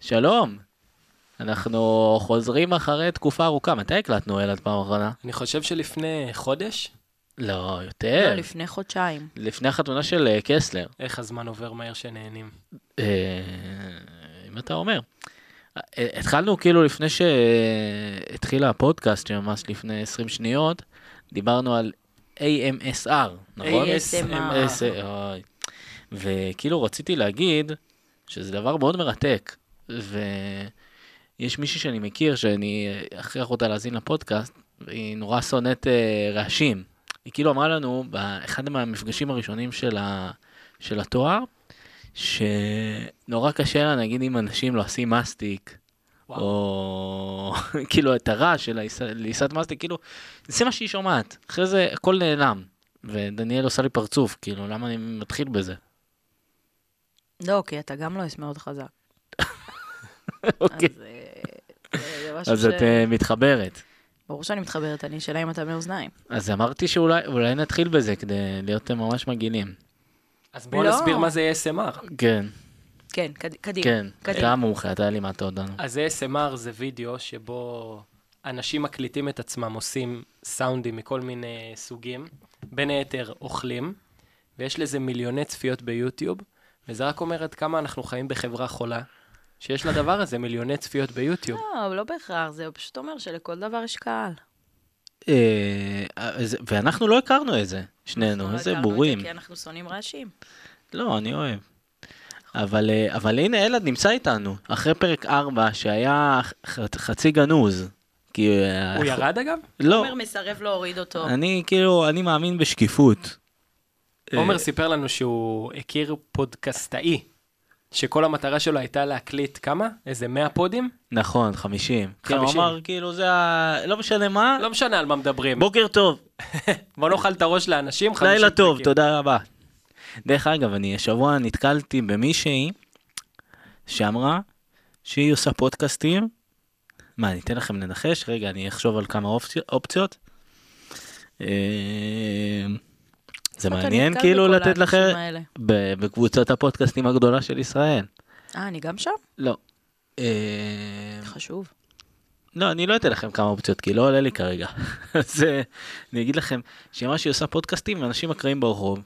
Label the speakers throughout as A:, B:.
A: שלום. אנחנו חוזרים אחרי תקופה ארוכה. מתי הקלטנו אלעד פעם אחרונה?
B: אני חושב שלפני חודש,
A: לא,
C: לא,
A: יותר.
C: לפני חודשיים.
A: לפני החתונה של אה, קסלר.
B: איך הזמן עובר מהר שנהנים.
A: אה, אם אתה אומר. אה, התחלנו כאילו לפני שהתחיל הפודקאסט, שממש לפני 20 שניות, דיברנו על AMSR, נכון?
C: ASMR.
A: AS, אוי. וכאילו רציתי להגיד שזה דבר מאוד מרתק, ויש מישהי שאני מכיר שאני אכריח אותה להאזין לפודקאסט, והיא נורא שונאת אה, רעשים. היא כאילו אמרה לנו באחד מהמפגשים הראשונים של, ה... של התואר, שנורא קשה לה נגיד אם אנשים לא עושים מסטיק.
B: וואו.
A: או כאילו את הרעש של לעיסת מסטיק, כאילו זה מה שהיא שומעת, אחרי זה הכל נעלם. ודניאל עושה לי פרצוף, כאילו, למה אני מתחיל בזה?
C: לא, כי אתה גם לא יש מאוד חזק.
A: אוקיי.
C: אז, אה, זה משהו
A: אז את
C: ש-
A: אה, מתחברת.
C: ברור שאני מתחברת, אני שאלה אם אתה מאוזניים.
A: אז אמרתי שאולי אולי נתחיל בזה כדי להיות אה, ממש מגעילים.
B: אז בואו
C: לא.
B: נסביר מה זה ASMR.
A: כן,
C: כן, קד- קדימה.
A: כן. אתה
C: קדימה. אה,
A: המומחה, אתה לא. לימדת אותנו.
B: אז ASMR זה וידאו שבו אנשים מקליטים את עצמם, עושים סאונדים מכל מיני סוגים, בין היתר אוכלים, ויש לזה מיליוני צפיות ביוטיוב, וזה רק אומר עד כמה אנחנו חיים בחברה חולה, שיש לדבר הזה מיליוני צפיות ביוטיוב.
C: לא, אבל לא בהכרח, זה פשוט אומר שלכל דבר יש קהל.
A: אה, אז- ואנחנו לא הכרנו את זה, שנינו,
C: אנחנו לא
A: איזה
C: הכרנו את זה
A: בורים.
C: כי אנחנו שונאים רעשים.
A: לא, אני אוהב. אבל, אה, אבל הנה, אלעד נמצא איתנו, אחרי פרק 4 שהיה ח- חצי גנוז. כי... אה,
B: הוא "לא." ירד אגב?
A: לא,
C: עומר מסרב להוריד אותו.
A: אני כאילו, אני מאמין בשקיפות. אה,
B: עומר סיפר לנו שהוא הכיר פודקסטאי, שכל המטרה שלו הייתה להקליט כמה? איזה 100 פודים?
A: נכון, 50. כן, הוא
B: 50.
A: אמר, כאילו, זה ה... לא משנה מה,
B: לא משנה על מה מדברים.
A: בוקר טוב,
B: בוא נאכל את הראש לאנשים. 50
A: לילה טוב,
B: פרקים.
A: תודה רבה. דרך אגב, אני השבוע נתקלתי במישהי שאמרה שהיא עושה פודקאסטים. מה, אני אתן לכם לנחש? רגע, אני אחשוב על כמה אופצי- אופציות. אה, זה
C: לפחות אני
A: מעניין
C: נתקל
A: כאילו
C: בכל
A: לתת לכם
C: האנשים האלה.
A: ב- בקבוצת הפודקאסטים הגדולה של ישראל.
C: אה, אני גם שם?
A: לא. אה,
C: חשוב.
A: לא, אני לא אתן לכם כמה אופציות, כי לא עולה לי כרגע. אז אה, אני אגיד לכם, שמה שהיא עושה פודקאסטים, אנשים אקראים ברחוב.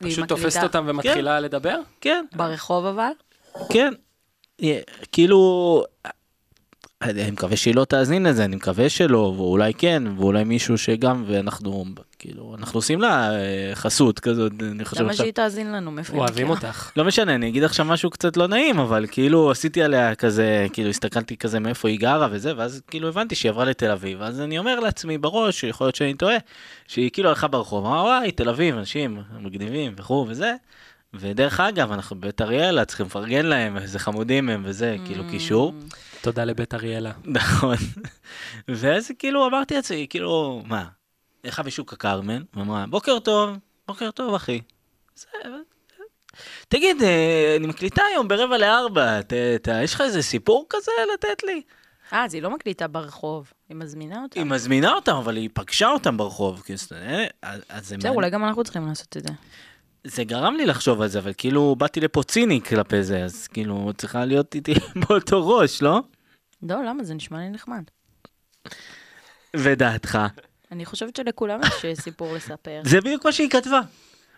C: והיא
B: פשוט
C: מקליטה.
B: תופסת אותם ומתחילה לדבר?
A: כן,
C: ברחוב אבל?
A: כן. אה, כאילו, אה, אני מקווה שהיא לא תאזין לזה, אני מקווה שלא, ואולי כן, ואולי מישהו שגם, ואנחנו, כאילו, אנחנו עושים לה אה, חסות כזאת, אני חושב
C: למה
A: עכשיו.
C: שהיא תאזין לנו? מאיפה היא
B: אוהבים
C: מכירה?
B: אותך.
A: לא משנה, אני אגיד עכשיו משהו קצת לא נעים, אבל כאילו עשיתי עליה כזה, כאילו הסתכלתי כזה מאיפה היא גרה וזה, ואז כאילו הבנתי שהיא עברה לתל אביב, אז אני אומר לעצמי בראש, יכול להיות שאני טועה, שהיא כאילו הלכה ברחוב, אמרה וואי, תל אביב, אנשים מגניבים וכו' וזה, ודרך אגב, אנחנו בבית אריאלה, צריכים לפרגן להם, איזה חמודים הם וזה, כאילו קישור.
B: תודה לבית אריאלה.
A: נכון. ואז כאילו אמרתי לעצמי, כאילו, מה, הלכה בשוק הכרמל, ואמרה, בוקר טוב, בוקר טוב, אחי. זה- תגיד, אה, אני מקליטה היום ברבע לארבע, ת- ת- יש לך איזה סיפור כזה לתת לי?
C: אה, אז היא לא מקליטה ברחוב, היא מזמינה אותה.
A: היא מזמינה אותם, אבל היא פגשה אותם ברחוב. כאילו, זאת אומרת, אז- אז זה
C: בסדר,
A: מעניין.
C: אולי גם אנחנו צריכים לעשות את זה.
A: זה גרם לי לחשוב על זה, אבל כאילו, באתי לפה ציני כלפי זה, אז כאילו, צריכה להיות איתי באותו ראש, לא?
C: לא, למה? זה נשמע לי נחמד.
A: ודעתך.
C: אני חושבת שלכולם יש אה, סיפור לספר.
A: זה בדיוק מה שהיא כתבה,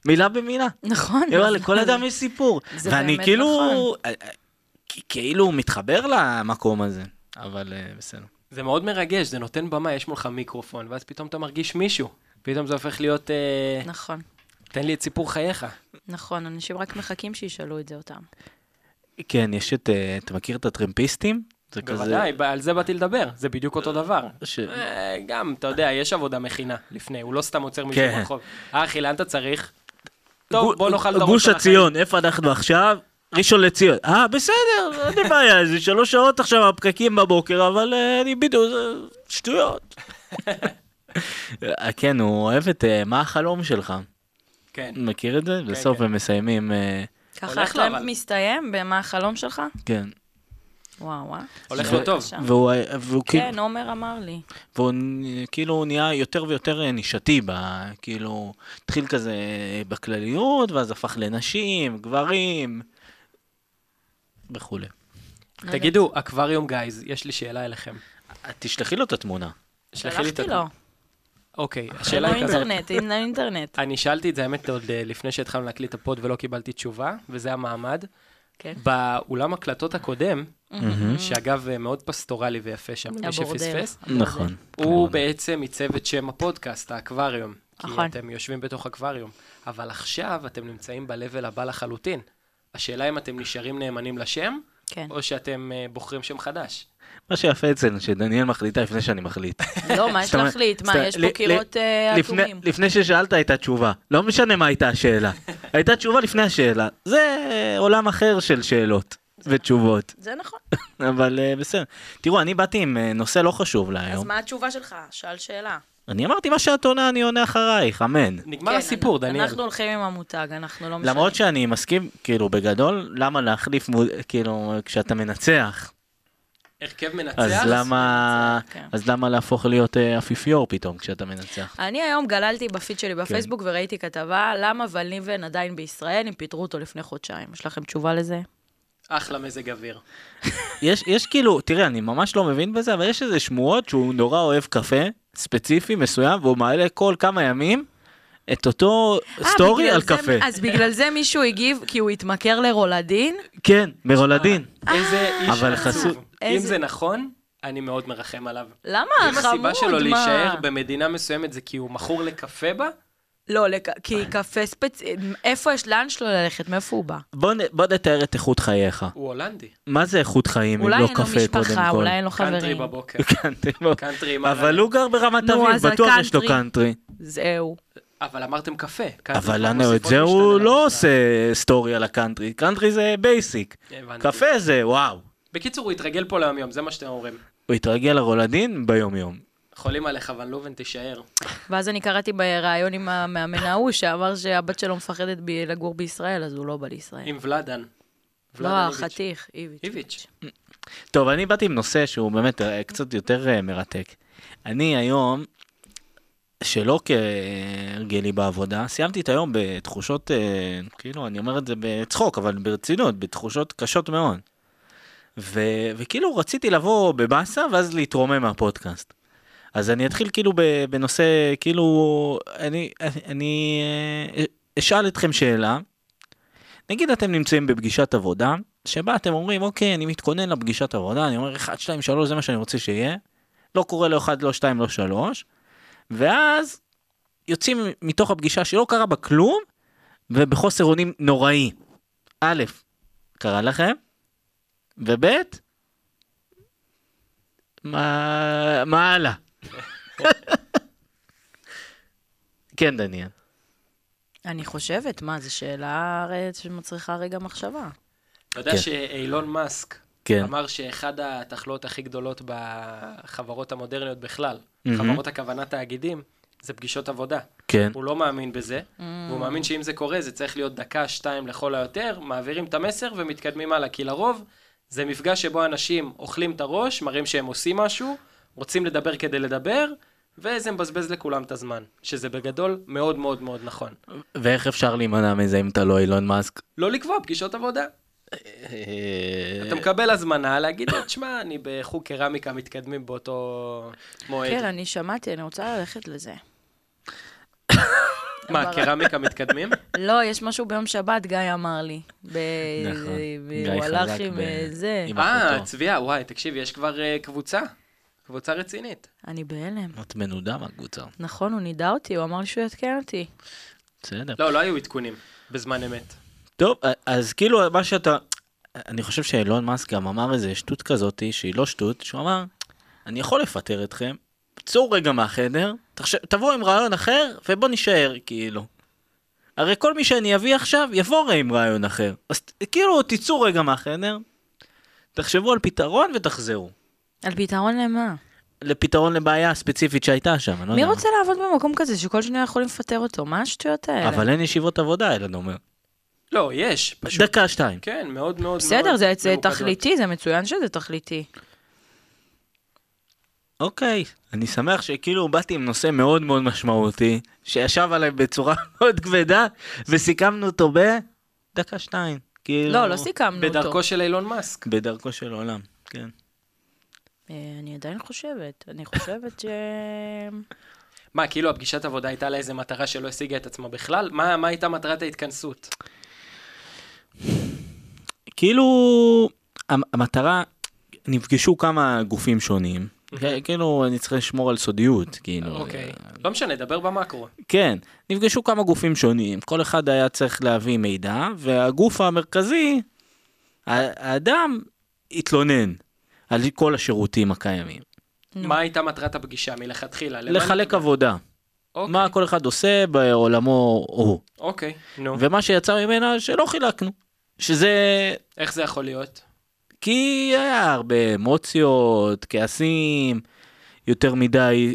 A: מילה במילה.
C: נכון.
A: היא אומרת, לכל אדם יש סיפור.
C: זה
A: ואני
C: באמת
A: כאילו,
C: נכון.
A: אה, אה, כ- כאילו מתחבר למקום הזה, אבל אה, בסדר.
B: זה מאוד מרגש, זה נותן במה, יש מולך מיקרופון, ואז פתאום אתה מרגיש מישהו. פתאום זה הופך להיות, אה,
C: נכון,
B: תן לי את סיפור חייך.
C: נכון, אנשים רק מחכים שישאלו את זה אותם.
A: כן, יש את, אה, אתה מכיר את הטרמפיסטים? זה כזה-
B: בוודאי, ב- על זה באתי לדבר, זה בדיוק אותו דבר.
A: ש-
B: אה, גם, אתה יודע, יש עבודה מכינה לפני, הוא לא סתם עוצר מישהו
A: כן.
B: ברחוב. אה, אחי, לאן אתה צריך? טוב,
A: גו-
B: בוא נאכל את הראש
A: גוש
B: של החיים.
A: עציון, איפה אנחנו עכשיו? ראשון לציון. אה, בסדר, אין לי בעיה, זה שלוש שעות עכשיו הפקקים בבוקר, אבל אה, אני בדיוק, זה שטויות. אה, כן, הוא אוהב את אה, מה החלום שלך.
B: כן.
A: מכיר את זה? בסוף
B: כן.
A: הם מסיימים, אה,
C: ככה
B: הולך לה, אבל.
C: הטרמפ מסתיים במה החלום שלך?
A: כן.
C: וואו, וואו.
B: הולך
C: זה
B: לו טוב.
C: בבקשה.
A: והוא והוא כאילו...
C: כן, עומר אמר לי.
A: והוא נ- כאילו הוא נהיה יותר ויותר אה, נישתי, ב, אה, כאילו, התחיל כזה בכלליות, ואז הפך לנשים, גברים, וכולי.
C: לא יודעת.
B: תגידו, אקווריום גייז, יש לי שאלה אליכם.
A: תשלחי לו את התמונה.
B: שלחי לי את
C: שלחתי
B: ה-
C: לו.
B: אוקיי, השאלה
C: שאלה
B: היא כזאת.
C: אה, לא אינטרנט, אין להם אינטרנט.
B: אני שאלתי את זה, האמת, עוד אה, לפני שהתחלנו להקליט את הפוד ולא קיבלתי תשובה, וזה המעמד.
C: כן.
B: באולם הקלטות הקודם, שאגב, אה, מאוד פסטורלי ויפה שם, מי
C: הבורדל.
B: שפספס,
C: הבורדל.
A: נכון.
C: כן,
B: הוא בעצם עיצב את שם הפודקאסט, האקווריום. כי
C: נכון.
B: אתם יושבים בתוך אקווריום. אבל עכשיו אתם נמצאים ב-level הבא לחלוטין. השאלה אם אתם נשארים נאמנים לשם,
C: כן.
B: או שאתם אה, בוחרים שם חדש.
A: מה שיפה אצלנו, שדניאל מחליטה לפני שאני מחליט.
C: לא, מה יש
A: זאת אומרת-
C: להחליט? מה,
A: זאת-
C: יש
A: ל-
C: פה
A: ל-
C: קירות אה,
A: לפני-
C: אטומים.
A: לפני ששאלת הייתה תשובה. לא משנה מה הייתה השאלה. הייתה תשובה לפני השאלה. זה אה, עולם אחר של שאלות ותשובות.
C: זה נכון.
A: אבל אה, בסדר. תראו, אני באתי עם אה, נושא לא חשוב
C: אז
A: להיום.
C: מה התשובה שלך? שאל שאלה.
A: אני אמרתי, מה שאת עונה, אני עונה אחרייך, אמן.
B: נגמר
C: כן,
B: הסיפור,
C: אנחנו-
B: דניאל.
C: אנחנו הולכים עם המותג, אנחנו לא משנים.
A: למרות שאני מסכים, כאילו, בגדול, למה להחליף, מו- כאילו, כשאתה מנצח?
B: הרכב
A: אז
B: מנצח,
A: למה
C: מנצח, כן.
A: אז למה להפוך להיות אה, אפיפיור פתאום כשאתה מנצח?
C: אני היום גללתי בפיד
A: כן.
C: שלי בפייסבוק וראיתי כתבה, למה ולניבן עדיין בישראל אם פיטרו אותו לפני חודשיים. יש לכם תשובה לזה?
B: אחלה מזג אוויר.
A: יש יש כאילו, תראה, אני ממש לא מבין בזה, אבל יש איזה שמועות שהוא נורא אוהב קפה ספציפי מסוים, והוא מעלה כל כמה ימים את אותו
C: אה,
A: סטורי
C: בגלל
A: על
C: זה-
A: קפה.
C: אז בגלל זה מישהו הגיב, כי הוא התמכר לרולדין?
A: כן, מרולדין.
B: איזה איש
A: אבל
B: עצוב.
A: חסו-
B: אם
C: אה, איזה-
B: זה נכון, אני מאוד מרחם עליו.
C: למה?
B: אם
C: חמוד,
B: הסיבה שלו
C: מה?
B: להישאר במדינה מסוימת זה כי הוא מכור לקפה בה,
C: לא, לק... כי קפה ספציפי, איפה יש, לאן שלו ללכת? מאיפה הוא בא?
A: בוא נ- בוא נתאר את איכות חייך.
B: הוא הולנדי.
A: מה זה איכות חיים אם
C: אולי
A: לא
C: אין לו
A: קפה קודם
C: משפחה,
A: כל?
C: אולי לא אין לו
B: קאנטרי
C: חברים.
B: בבוקר.
A: קאנטרי לא.
B: קאנטרי עם
A: אבל
B: הרדיו.
A: הוא גר ברמת
C: נו, אז
A: אביב, בטוח יש לו קאנטרי.
C: הקאנטרי. זהו.
B: אבל אמרתם קפה. קאנטרי
A: אבל
B: רק
A: לנו את
B: מוסיפות
A: זה הוא
B: משתנה
A: לא
B: למשוואה.
A: עושה סטורי על הקאנטרי, קאנטרי זה בייסיק.
B: כן, הבנתי.
A: קפה זה וואו.
B: בקיצור, הוא התרגל פה ליום יום, זה מה שאתם אומרים.
A: הוא התרגל לרולדין ביום יום.
B: חולים עליך, ון לובן, תישאר.
C: כן. ואז אני קראתי בריאיון עם המאמן ההוא, שאמר שהבת שלו מפחדת ב- לגור בישראל, אז הוא לא בא לישראל.
B: עם ולאדן.
C: לא, כן.
B: ולאדן איביץ'.
C: החתיך, איביץ'.
B: איביץ'.
A: טוב, אני באתי עם נושא שהוא באמת אה, קצת יותר אה, מרתק. אני היום, שלא כהרגלי בעבודה, סיימתי את היום בתחושות, אה, כאילו, אני אומר את זה בצחוק, אבל ברצינות, בתחושות קשות מאוד. ו, וכאילו רציתי לבוא בבאסה ואז להתרומם מהפודקאסט. אז אני אתחיל כאילו ב- בנושא, כאילו, אני, אני אה, אשאל אתכם שאלה. נגיד אתם נמצאים בפגישת עבודה, שבה אתם אומרים, אוקיי, אני מתכונן לפגישת עבודה, אני אומר 1, 2, 3, זה מה שאני רוצה שיהיה. לא קורה לא 1, לא 2, לא 3. ואז יוצאים מתוך הפגישה שלא קרה בה כלום, ובחוסר אונים נוראי. א', קרה לכם, וב', מה, מה הלאה? כן, דניאל.
C: אני חושבת, מה, זו שאלה הרי שמצריכה רגע מחשבה.
B: אתה יודע
A: כן.
B: שאילון מאסק
A: כן.
B: אמר שאחד התחלואות הכי גדולות בחברות המודרניות בכלל,
A: מהמם.
B: חברות הכוונה תאגידים, זה פגישות עבודה.
A: כן.
B: הוא לא מאמין בזה, והוא מאמין שאם זה קורה, זה צריך להיות דקה, שתיים לכל היותר, מעבירים את המסר ומתקדמים הלאה, כי לרוב זה מפגש שבו אנשים אוכלים את הראש, מראים שהם עושים משהו, רוצים לדבר כדי לדבר, וזה מבזבז לכולם את הזמן, שזה בגדול מאוד מאוד מאוד נכון.
A: ואיך אפשר להימנע מזה אם אתה לא אילון מאסק?
B: לא לקבוע פגישות עבודה.
A: אה,
B: אתה מקבל הזמנה להגיד לו, תשמע, אני בחוג קרמיקה מתקדמים באותו מועד.
C: כן, אני שמעתי, אני רוצה ללכת לזה.
B: מה, קרמיקה מתקדמים?
C: לא, יש משהו ביום שבת, גיא אמר לי. ב-
A: נכון.
C: ב-
A: גיא
C: הוא הלך
A: חזק
C: עם
A: ב-
C: אה, זה.
A: עם-
B: אה,
A: אחותו.
B: צביה, וואי, תקשיב, יש כבר אה, קבוצה. קבוצה רצינית.
C: אני בהלם.
A: את מנודה מהקבוצה.
C: נכון, הוא נידע אותי, הוא אמר לי שהוא יעדכן אותי.
A: בסדר.
B: לא, לא היו עדכונים בזמן אמת.
A: טוב, אז כאילו מה שאתה... אני חושב שאילון מאסק גם אמר איזה שטות כזאת, שהיא לא שטות, שהוא אמר, אני יכול לפטר אתכם, צאו רגע מהחדר, תחשב, תבואו עם רעיון אחר, ובוא נישאר, כאילו. הרי כל מי שאני אביא עכשיו, יבוא הרי עם רעיון אחר. אז ת- כאילו, תצאו רגע מהחדר, תחשבו על פתרון ותחזרו.
C: על פתרון למה?
A: לפתרון לבעיה הספציפית שהייתה שם, אני לא
C: מי
A: יודע. מה.
C: רוצה לעבוד במקום כזה שכל שנייה יכולים לפטר אותו? מה השטויות האלה?
A: אבל אין ישיבות עבודה, אלן אומר.
B: לא, יש, פשוט.
A: דקה, שתיים.
B: כן, מאוד מאוד
C: בסדר,
B: מאוד
C: זה
A: לא,
C: זה
B: ממוקדות.
C: תכליתי, זה מצוין שזה תכליתי.
A: אוקיי, אני שמח שכאילו באתי עם נושא מאוד מאוד משמעותי, שישב עליי בצורה מאוד כבדה, וסיכמנו אותו בדקה שתיים. כאילו...
C: לא, לא סיכמנו אותו.
B: בדרכו של אילון מאסק.
A: בדרכו של עולם, כן.
C: אה, אני עדיין חושבת, אני חושבת ש...
B: מה, כאילו הפגישת עבודה הייתה לה איזה מטרה שלא השיגה את עצמה בכלל? מה, מה הייתה מטרת ההתכנסות?
A: כאילו, המ- המטרה, נפגשו כמה גופים שונים.
C: אוקיי.
A: כן, כאילו, אני צריך לשמור על סודיות, כאילו.
B: אוקיי.
C: אה,
B: לא משנה, דבר במקרו.
A: כן, נפגשו כמה גופים שונים, כל אחד היה צריך להביא מידע, והגוף המרכזי, ה- האדם, התלונן על כל השירותים הקיימים.
B: מה הייתה מטרת הפגישה מלכתחילה? למה-
A: לחלק עבודה,
B: אוקיי,
A: מה כל אחד עושה בעולמו הוא.
B: אוקיי, נו.
A: ומה שיצא ממנה, שלא חילקנו. שזה
B: איך זה יכול להיות?
A: כי היה הרבה אמוציות, כעסים, יותר מדי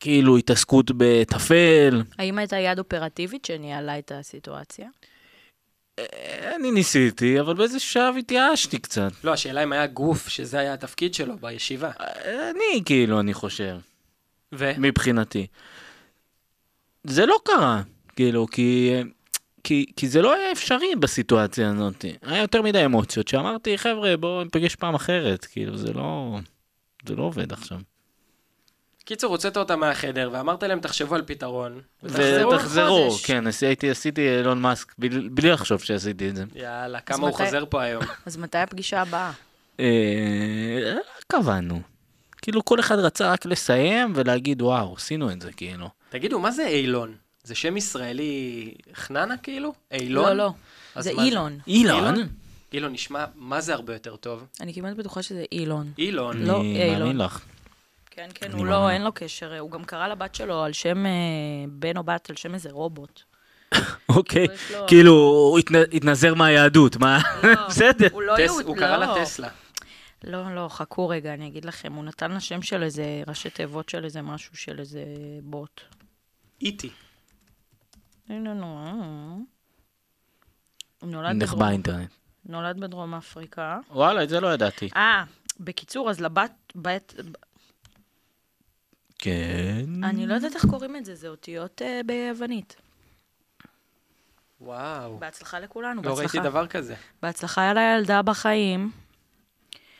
A: כאילו התעסקות בטפל.
C: האם הייתה יד אופרטיבית שניהלה את הסיטואציה?
A: אני ניסיתי, אבל באיזה שלב התייאשתי קצת.
B: לא, השאלה אם היה גוף שזה היה התפקיד שלו בישיבה.
A: אני כאילו, אני חושב,
B: ו?
A: מבחינתי. זה לא קרה, כאילו, כי... כי, כי זה לא היה אפשרי בסיטואציה הזאת. היה יותר מדי אמוציות שאמרתי, חבר'ה, בואו ניפגש פעם אחרת. כאילו, זה לא... זה לא עובד עכשיו.
B: קיצור, הוצאת אותה מהחדר ואמרת להם, תחשבו על פתרון.
A: ותחזרו,
B: חודש."
A: כן, עשיתי, עשיתי אילון מאסק, בלי, בלי לחשוב שעשיתי את זה.
B: יאללה, כמה הוא
C: מתי-
B: חוזר פה היום.
C: אז מתי הפגישה הבאה?
A: אה, קבענו. כאילו כל אחד רצה רק לסיים ולהגיד וואו, עשינו את זה כאילו.
B: תגידו, מה זה אילון? זה שם ישראלי חננה כאילו? אילון?
C: לא, לא.
B: אז
C: זה
B: מה זה?
C: אילון.
A: אילון?
B: אילון נשמע מה זה הרבה יותר טוב.
C: אני כמעט בטוחה שזה אילון.
B: אילון.
C: לא,
A: אני
C: אילון.
A: מאמין לך.
C: כן, כן,
A: אני
C: הוא
A: מאמין.
C: לא, אין לו קשר. הוא גם קרא לבת שלו על שם, אה, בן או בת, על שם איזה רובוט.
A: אוקיי,
C: יש לו-
A: כאילו הוא התנ- התנזר מהיהדות, מה? בסדר.
C: הוא לא. לא
B: טס-
C: יהוד,
B: הוא קרא
C: לא.
B: לה טסלה.
C: לא, לא, חכו רגע, אני אגיד לכם. הוא נתן לה שם של איזה ראשי תיבות של איזה משהו, של איזה בוט.
B: איטי.
C: הנה, נו. אה. הוא נולד
A: נלך
C: בדרום-
A: באינטרנט.
C: נולד בדרום אפריקה.
A: וואלה, את זה לא ידעתי.
C: אה, בקיצור, אז לבת, בת,
A: כן.
C: אני לא יודעת איך קוראים את זה, זה אותיות אה, ביוונית.
B: וואו.
C: בהצלחה לכולנו,
B: לא ראיתי
C: בהצלחה.
B: דבר כזה.
C: בהצלחה על הילדה בחיים.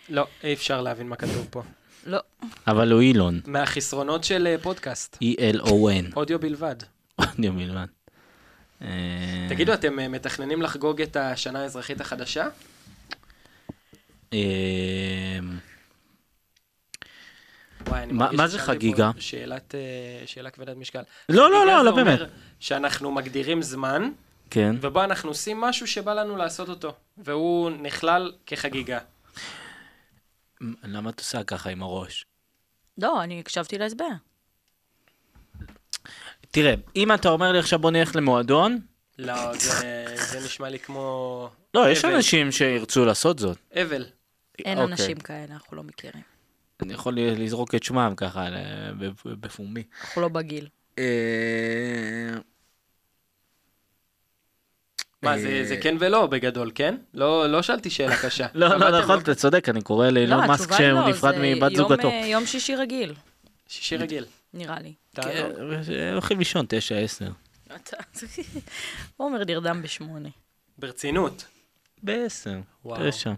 B: לא, אי אפשר להבין מה כתוב פה.
C: לא,
A: אבל הוא אילון. E
B: מהחסרונות של אה, פודקאסט.
A: E-L-O-N.
B: אודיו בלבד.
A: אני מלבד. אה,
B: תגידו, אתם אה, מתכננים לחגוג את השנה האזרחית החדשה?
A: אה,
B: וואי, אני
A: מה-
B: מרגיש
A: מה זה
B: ששאלתי
A: חגיגה?
B: פה שאלת, אה, שאלה כבדת משקל.
A: לא, לא,
B: חגיגה
A: לא,
B: זה
A: לא
B: אומר
A: באמת.
B: שאנחנו מגדירים זמן,
A: כן.
B: ובו אנחנו עושים משהו שבא לנו לעשות אותו, והוא נכלל כחגיגה.
A: למה את עושה ככה עם הראש?
C: לא, אני הקשבתי להסבר.
A: תראה, אם אתה אומר לי עכשיו בוא נלך למועדון,
B: לא, זה, זה נשמע לי כמו...
A: לא, יש
B: אבל.
A: אנשים שירצו לעשות זאת.
B: אבל.
C: אין
A: אוקיי.
C: אנשים כאלה, אנחנו לא מכירים.
A: אני יכול לזרוק את שמם ככה ל- בפ- בפומבי.
C: אנחנו לא בגיל.
A: אה,
B: מה, זה, זה כן ולא בגדול, כן? לא, לא שאלתי שאלה קשה.
A: לא,
B: שמעתם,
A: לא, נכון, אתה צודק, אני קורא לאילון מאסק
C: התשובה היא
A: שהוא
C: לא,
A: נפרד
C: זה
A: מבת
C: יום,
A: זוגתו.
C: אה, יום שישי רגיל,
B: שישי רגיל.
C: נראה לי.
A: כן,
B: תעזוב.
A: הולכים לישון, תשע, עשר.
C: אתה- עומר נרדם בשמונה.
B: ברצינות.
A: בעשר,
B: וואו.
A: תשע.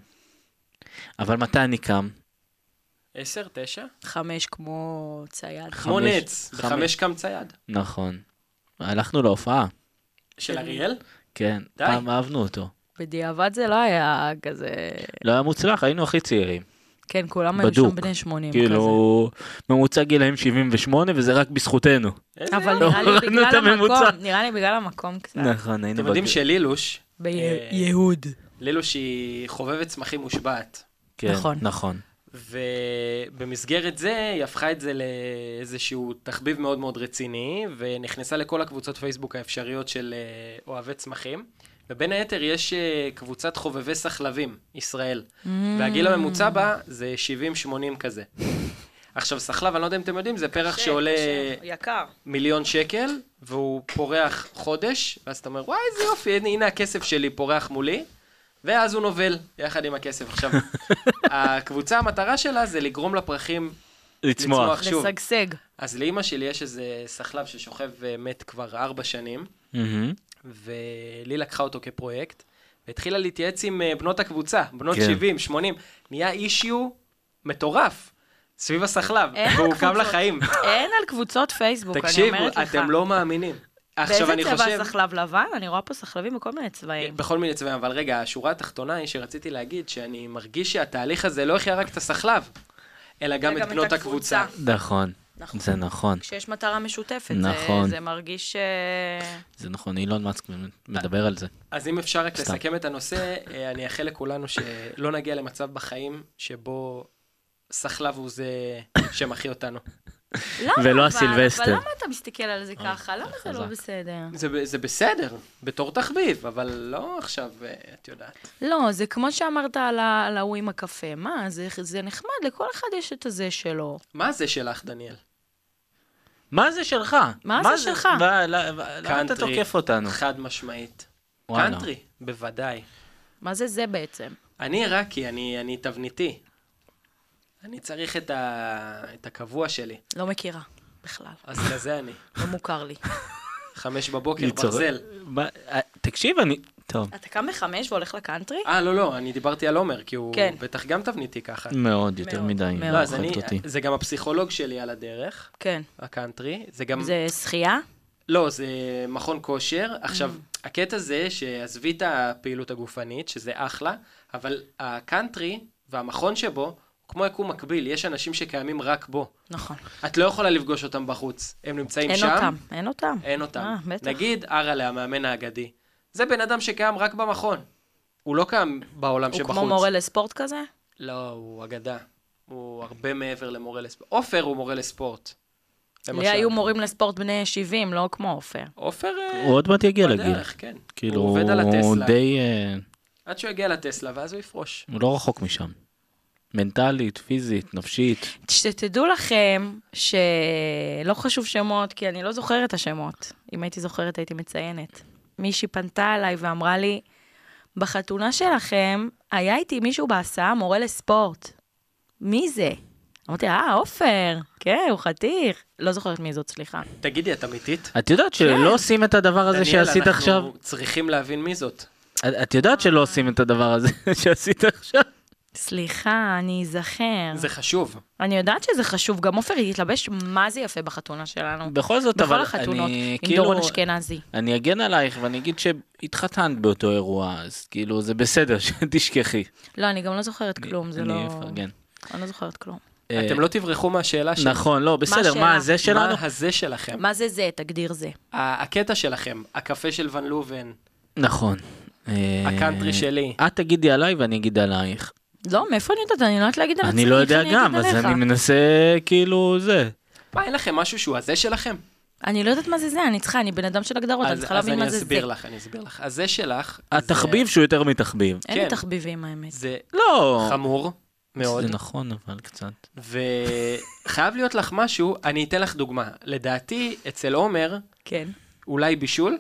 A: אבל מתי אני קם?
B: עשר, תשע?
C: חמש כמו צייד.
B: כמו
A: חמש.
B: נץ, בחמש קם צייד.
A: נכון. הלכנו להופעה,
B: של אריאל?
A: כן.
B: די.
A: פעם אהבנו אותו.
C: בדיעבד זה לא היה כזה...
A: לא היה מוצלח, היינו הכי צעירים.
C: כן, כולם היו שם
A: בדוק.
C: בני שמונים כזה.
A: כאילו, ממוצע גילאים 78, וזה רק בזכותנו.
B: איזה
C: אבל
B: יופי.
C: נראה לי
A: הורדנו לא את
C: בגלל
A: הממוצע.
C: המקום, נראה לי בגלל המקום קצת.
A: נכון, היינו...
B: אתם יודעים שלילוש, אה,
C: ביהוד.
B: לילוש היא חובבת צמחים מושבעת.
C: נכון.
A: נכון.
B: ובמסגרת זה היא הפכה את זה לאיזשהו תחביב מאוד מאוד רציני, ונכנסה לכל הקבוצות פייסבוק האפשריות של אה, אוהבי צמחים. ובין היתר יש אה, קבוצת חובבי סחלבים, ישראל.
C: Mm.
B: והגיל הממוצע בה זה 70-80 כזה. עכשיו, סחלב, אני לא יודע אם אתם יודעים, זה פרח שעולה
C: יקר.
B: מיליון שקל, והוא פורח חודש, ואז אתה אומר, וואי, איזה יופי, הנה, הנה הכסף שלי פורח מולי, ואז הוא נובל, יחד עם הכסף. עכשיו, הקבוצה, המטרה שלה זה לגרום לפרחים
A: לצמוח.
B: לצמוח. שוב.
C: לשגשג.
B: אז לאימא שלי יש איזה סחלב ששוכב ומת כבר ארבע שנים,
A: מהמם.
B: ולי לקחה אותו כפרויקט, והתחילה להתייעץ עם אה, בנות הקבוצה, בנות
A: כן.
B: 70, 80, נהיה אישיו מטורף סביב הסחלב,
C: אין על
B: והוא
C: קבוצות-
B: קם לחיים.
C: אין על קבוצות פייסבוק, אני
B: תקשיבו,
C: אומרת לך.
B: אתם לא מאמינים. עכשיו אני
C: באיזה
B: חושב,
C: צבע סחלב לבן? אני רואה פה סחלבים בכל מיני צבעים.
B: בכל מיני צבעים, אבל רגע, השורה התחתונה היא שרציתי להגיד שאני מרגיש שהתהליך הזה לא החיה רק את הסחלב, אלא גם את בנות הקבוצה.
A: נכון.
C: נכון.
A: זה נכון.
C: כשיש מטרה משותפת,
A: נכון.
C: זה, זה מרגיש... אה,
A: זה נכון, אילון מאסק מדבר על זה.
B: אז אם אפשר רק
A: סתם.
B: לסכם את הנושא, אה, אני אאחל לכולנו שלא נגיע למצב בחיים שבו סחלב הוא זה שמחיה אותנו.
C: למה
A: ולא
C: לא, אבל?
A: הסילבסטר. אה,
C: אבל למה אתה מסתכל על זה ככה? למה זה לא
A: חזק.
C: בסדר?
B: זה, ב- זה בסדר, בתור תחביב, אבל לא עכשיו, אה, את יודעת.
C: לא, זה כמו שאמרת על ה- על ההוא עם הקפה. מה, זה- זה נחמד, לכל אחד יש את הזה שלו.
B: מה זה שלך, דניאל?
A: מה זה שלך?
C: מה זה שלך?
A: ו- ל- ו- למה אתה
B: קאנטרי,
A: תוקף לא, אותנו?
B: חד משמעית.
A: וואלה.
B: קאנטרי, בוודאי.
C: מה זה זה בעצם?
B: אני רקי, אני, אני תבניתי. אני צריך את, ה, את הקבוע שלי,
C: לא מכירה בכלל.
B: אז כזה אני.
C: לא מוכר לי.
B: חמש בבוקר,
A: היא צור-
B: ברזל.
A: מה- אה, תקשיב, אני... טוב.
C: אתה קם בחמש והולך לקאנטרי?
B: אה, לא, לא, אני דיברתי על עומר, כי הוא
C: כן.
B: בטח גם תבניתי ככה.
A: מאוד, יותר
C: מאוד,
A: מדי.
C: מאוד.
B: לא, אז
A: אוכלת
B: אני,
A: אותי.
B: זה גם הפסיכולוג שלי על הדרך,
C: כן.
B: הקאנטרי, זה גם,
C: זה שחייה?
B: לא, זה מכון כושר. עכשיו,
C: Mm.
B: הקטע זה שעזבי את הפעילות הגופנית, שזה אחלה, אבל הקאנטרי והמכון שבו, הוא כמו יקום מקביל, יש אנשים שקיימים רק בו.
C: נכון.
B: את לא יכולה לפגוש אותם בחוץ, הם נמצאים
C: אין
B: שם.
C: אותם, אין אותם.
B: אין אותם.
C: אה, בטח.
B: נגיד אראלה, המאמן האגדי, זה בן אדם שקיים רק במכון. הוא לא קיים בעולם
C: הוא
B: שבחוץ.
C: כמו מורה לספורט כזה?
B: לא, הוא אגדה. הוא הרבה מעבר למורה לספורט. עופר הוא מורה לספורט.
C: לי היו מורים לספורט בני 70, לא כמו עופר.
B: עופר... אה,
A: הוא עוד מעט יגיע לגיל.
B: בדרך, כן.
A: כאילו,
B: הוא עובד על
A: הוא
B: הטסלה.
A: די... אה,
B: עד שהוא יגיע לטסלה, ואז הוא יפרוש.
A: הוא לא רחוק משם. מנטלית, פיזית, נפשית.
C: שתדעו לכם שלא חשוב שמות, כי אני לא זוכרת את השמות. אם הייתי זוכרת, הייתי מציינת. מישהי פנתה אליי ואמרה לי, בחתונה שלכם היה איתי מישהו בהסעה, מורה לספורט. מי זה? אמרתי, אה, עופר. כן, הוא חתיך. לא זוכרת מי זאת, סליחה.
B: תגידי, את אמיתית?
A: את יודעת שלא עושים את הדבר הזה
B: דניאל,
A: שעשית עכשיו?
B: כן. אנחנו צריכים להבין מי זאת.
A: את- את יודעת שלא עושים את הדבר הזה שעשית עכשיו?
C: סליחה, אני אזכר.
B: זה חשוב.
C: אני יודעת שזה חשוב, גם עופר התלבש מה זה יפה בחתונה שלנו.
A: בכל זאת,
C: בכל
A: אבל
C: החתונות,
A: אני
C: עם
A: כאילו...
C: דורון אשכנזי.
A: אני אגן עלייך ואני אגיד שהתחתנת באותו אירוע, אז כאילו זה בסדר שתשכחי.
C: לא, אני גם לא זוכרת כלום, זה לא...
A: אני אפרגן.
C: אני לא זוכרת כלום.
A: אה,
B: אתם לא תברחו מהשאלה שלי.
A: נכון, לא, בסדר,
C: השאלה?
A: מה זה שלנו?
B: מה הזה
A: אה.
B: שלכם?
C: מה זה זה? תגדיר זה.
B: ה- הקטע שלכם, הקפה של ון לובן,
A: נכון. אה,
B: הקאנטרי שלי.
A: את תגידי עליי ואני אגיד עלייך.
C: לא, מאיפה אני יודעת? אני לא יודעת להגיד על עצמי.
A: אני לא
C: איך
A: יודע
C: אגיד
A: גם, אז
C: עליך?
A: אני מנסה כאילו זה.
B: מה, אין לכם משהו שהוא הזה שלכם?
C: אני לא יודעת מה זה זה, אני צריכה, אני בן אדם של הגדרות, אני
B: אז
C: צריכה
B: אז
C: להבין מה
B: אני
C: זה זה.
B: אסביר לך, אני אסביר לך. הזה שלך,
A: התחביב שהוא יותר מתחביב.
C: אין לי
B: כן.
C: תחביבים, האמת.
B: זה
A: לא.
B: חמור מאוד,
A: זה נכון, אבל קצת.
B: וחייב להיות לך משהו, אני אתן לך דוגמה. לדעתי, אצל עומר,
C: כן.
B: אולי בישול,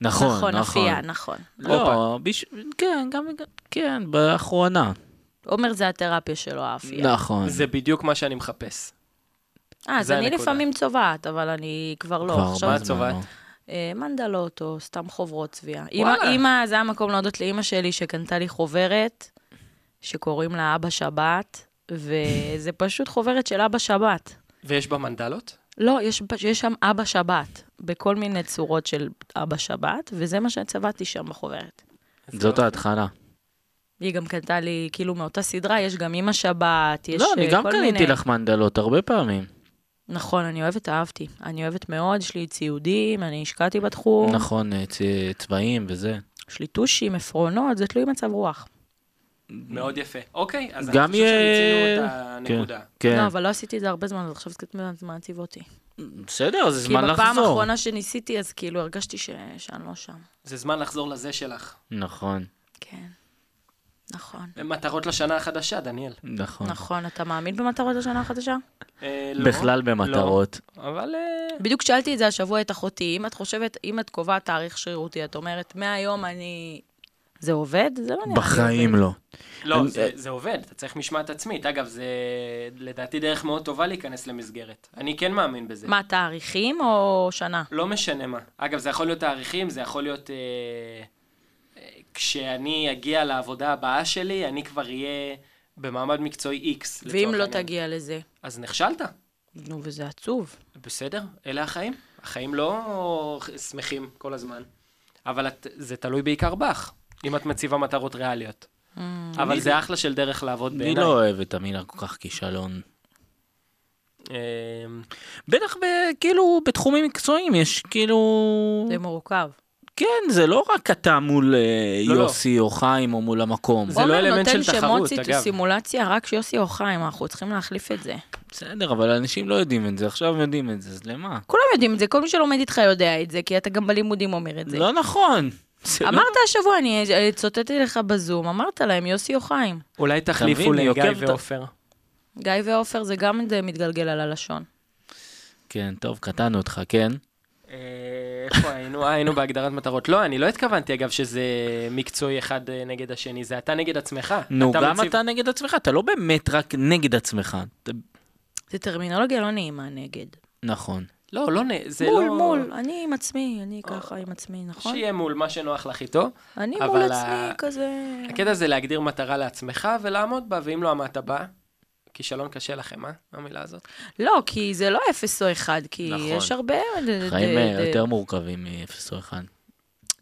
A: נכון,
C: נכון,
A: נכון.
C: אפייה, נכון.
A: לא, בש... כן, גם, כן, באחרונה.
C: עומר זה התרפיה שלו, האפייה.
A: נכון.
B: זה בדיוק מה שאני מחפש.
C: אה, אז
B: זה
C: אני
B: הנקודה.
C: לפעמים צובעת, אבל אני כבר
A: כבר
C: לא. עכשיו
A: הרבה
B: מה את צובעת?
A: זמן לא.
C: אה, מנדלות או סתם חוברות צביעה.
B: וואלה.
C: אמא- אמא, זה המקום להודות לאימא שלי שקנתה לי חוברת, שקוראים לה אבא שבת, וזה פשוט חוברת של אבא שבת.
B: ויש בה מנדלות?
C: לא, יש, יש שם אבא שבת, בכל מיני צורות של אבא שבת, וזה מה שצבעתי שם בחוברת.
A: זאת ההתחלה.
C: היא גם קנתה לי, כאילו מאותה סדרה, יש גם אמא שבת, יש
A: לא,
C: אה,
A: אני גם
C: כל
A: קניתי
C: מיני...
A: לך מנדלות הרבה פעמים.
C: נכון, אני אוהבת, אהבתי. אני אוהבת מאוד, יש לי ציודים, אני השקעתי בתחום.
A: נכון, אה, צ- צבעים וזה.
C: יש לי טושים, עפרונות, זה תלוי מצב רוח.
B: מאוד יפה. אוקיי, אז אני
A: גם
B: חושב
A: יהיה-
B: שמיצינו את הנקודה.
A: כן, כן.
C: לא, אבל לא עשיתי את זה הרבה זמן, אז עכשיו זה קצת מעציב אותי.
A: בסדר, זה
C: כי
A: זמן
C: בפעם
A: לחזור.
C: האחרונה שניסיתי, אז כאילו הרגשתי ש- שאני לא שם.
B: זה זמן לחזור לזה שלך.
A: נכון,
C: כן. נכון.
B: מטרות לשנה החדשה, דניאל.
A: נכון.
C: נכון, אתה מאמין במטרות לשנה החדשה?
B: אה, לא,
A: בכלל במטרות.
B: לא, אבל... אה,
C: בדיוק שאלתי את זה השבוע את אחותי, אם את חושבת, אם את קובעת תאריך שרירותי, את אומרת, מהיום אני... זה עובד? זה לא נראה
B: אה,
C: לי
A: בחיים
C: עובד.
A: לא.
B: לא,
A: אני-
B: זה- זה עובד, אתה צריך משמעת עצמית. אגב, זה לדעתי דרך מאוד טובה להיכנס למסגרת. אני כן מאמין בזה.
C: מה, תאריכים או שנה?
B: לא משנה מה. אגב, זה יכול להיות תאריכים, זה יכול להיות אה, כשאני אגיע לעבודה הבאה שלי, אני כבר אהיה במעמד מקצועי X.
C: ואם
B: לצורך
C: לא
B: העניין.
C: תגיע לזה?
B: אז נכשלת,
C: נו, וזה עצוב.
B: בסדר, אלה החיים. החיים לא שמחים כל הזמן, אבל את, זה תלוי בעיקר בך, אם את מציבה מטרות ריאליות.
C: Mm.
B: אבל זה אחלה של דרך לעבוד
A: אני
B: בעיניי.
A: לא אוהב את המילה כל כך כישלון.
B: אמ,
A: בטח ב- כאילו בתחומים מקצועיים יש כאילו...
C: זה מורכב.
A: כן, זה לא רק אתה מול אה,
B: לא, לא.
A: יוסי או חיים או מול המקום.
B: זה לא
C: עומר
B: אלמנט של
C: נותן
B: תחרות,
C: שמות סיטו-
B: אגב.
C: סימולציה רק שיוסי או חיים, אנחנו צריכים להחליף את זה.
A: בסדר, אבל אנשים לא יודעים את זה, עכשיו יודעים את זה, אז למה?
C: כולם יודעים את זה, כל מי שלומד איתך יודע את זה, כי אתה גם בלימודים אומר את זה.
A: לא נכון. זה לא-
C: אמרת השבוע, אני אני צוטטתי לך בזום, אמרת להם יוסי או חיים.
B: אולי תחליפו
A: תבין, היא
B: לגיא
A: עוקבת-
B: ועופר.
C: גיא ועופר זה גם זה מתגלגל על הלשון.
A: כן, טוב, קטענו אותך, כן?
B: אה, איפה היינו? אה, היינו בהגדרת מטרות. לא, אני לא התכוונתי, אגב, שזה מקצועי אחד אה, נגד השני, זה אתה נגד עצמך.
A: נו, גם
B: מציב-
A: אתה נגד עצמך, אתה לא באמת רק נגד עצמך. אתה-
C: זו טרמינולוגיה לא נעימה נגד.
A: נכון.
B: לא, לא, נ- זה
C: מול,
B: לא...
C: מול, אני עם עצמי, אני ככה עם עצמי, נכון?
B: שיהיה מול מה שנוח לך איתו.
C: אני
B: אבל
C: מול
B: ה-
C: עצמי כזה...
B: הקטע זה להגדיר מטרה לעצמך ולעמוד בה, ואם לא עמדת בה, כישלון קשה לכם, אה? המילה הזאת.
C: לא, כי זה לא אפס או אחד, כי
A: נכון.
C: יש הרבה...
A: חיים אה,
C: ד- ד-
A: יותר מורכבים מ-0 או 1.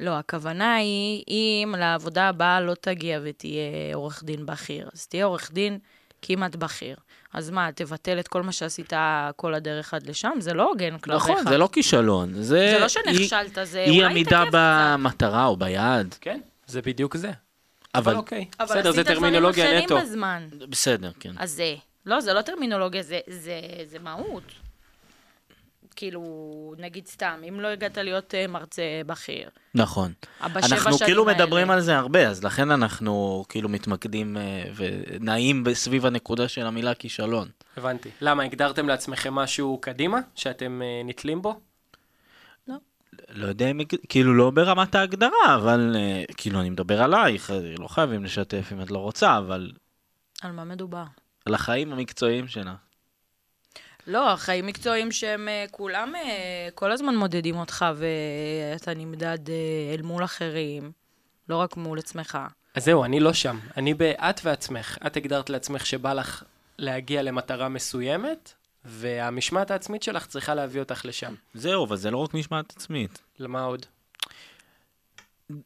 C: לא, הכוונה היא, אם לעבודה הבאה לא תגיע ותהיה עורך דין בכיר, אז תהיה עורך דין כמעט בכיר. אז מה, תבטל את כל מה שעשית כל הדרך עד לשם? זה לא הוגן כלפיך.
A: נכון, זה לא כישלון. זה
C: זה לא שנכשלת, זה אולי
A: אי עמידה
C: התעכב קצת.
A: במטרה או ביעד,
B: כן, זה בדיוק זה.
A: אבל
B: אבל אוקיי,
C: אבל
B: בסדר, זה
C: עשית דברים
B: טרמינולוגיה
C: אחרים
B: נטו.
C: בזמן.
A: בסדר, כן.
C: אז זה, לא, זה לא טרמינולוגיה, זה, זה, זה מהות. כאילו, נגיד סתם, אם לא הגעת להיות אה, מרצה בכיר.
A: נכון.
C: בשבע
A: אנחנו
C: שנים
A: כאילו
C: האלה.
A: מדברים על זה הרבה, אז לכן אנחנו כאילו מתמקדים אה, ונעים סביב הנקודה של המילה כישלון.
B: הבנתי. למה, הגדרתם לעצמכם משהו קדימה, שאתם אה, נתלים בו?
A: לא יודע אם, כאילו לא ברמת ההגדרה, אבל אה, כאילו אני מדבר עלייך, אה, לא חייבים לשתף אם את לא רוצה, אבל
C: על מה מדובר?
A: על החיים המקצועיים שלך.
C: לא, חיים מקצועיים שהם אה, כולם אה, כל הזמן מודדים אותך ואתה נמדד אה, אל מול אחרים, לא רק מול עצמך.
B: אז זהו, אני לא שם. אני באת ועצמך. את הגדרת לעצמך שבא לך להגיע למטרה מסוימת, והמשמעת העצמית שלך צריכה להביא אותך לשם.
A: זהו, אבל זה לא רק משמעת עצמית.
B: למה עוד?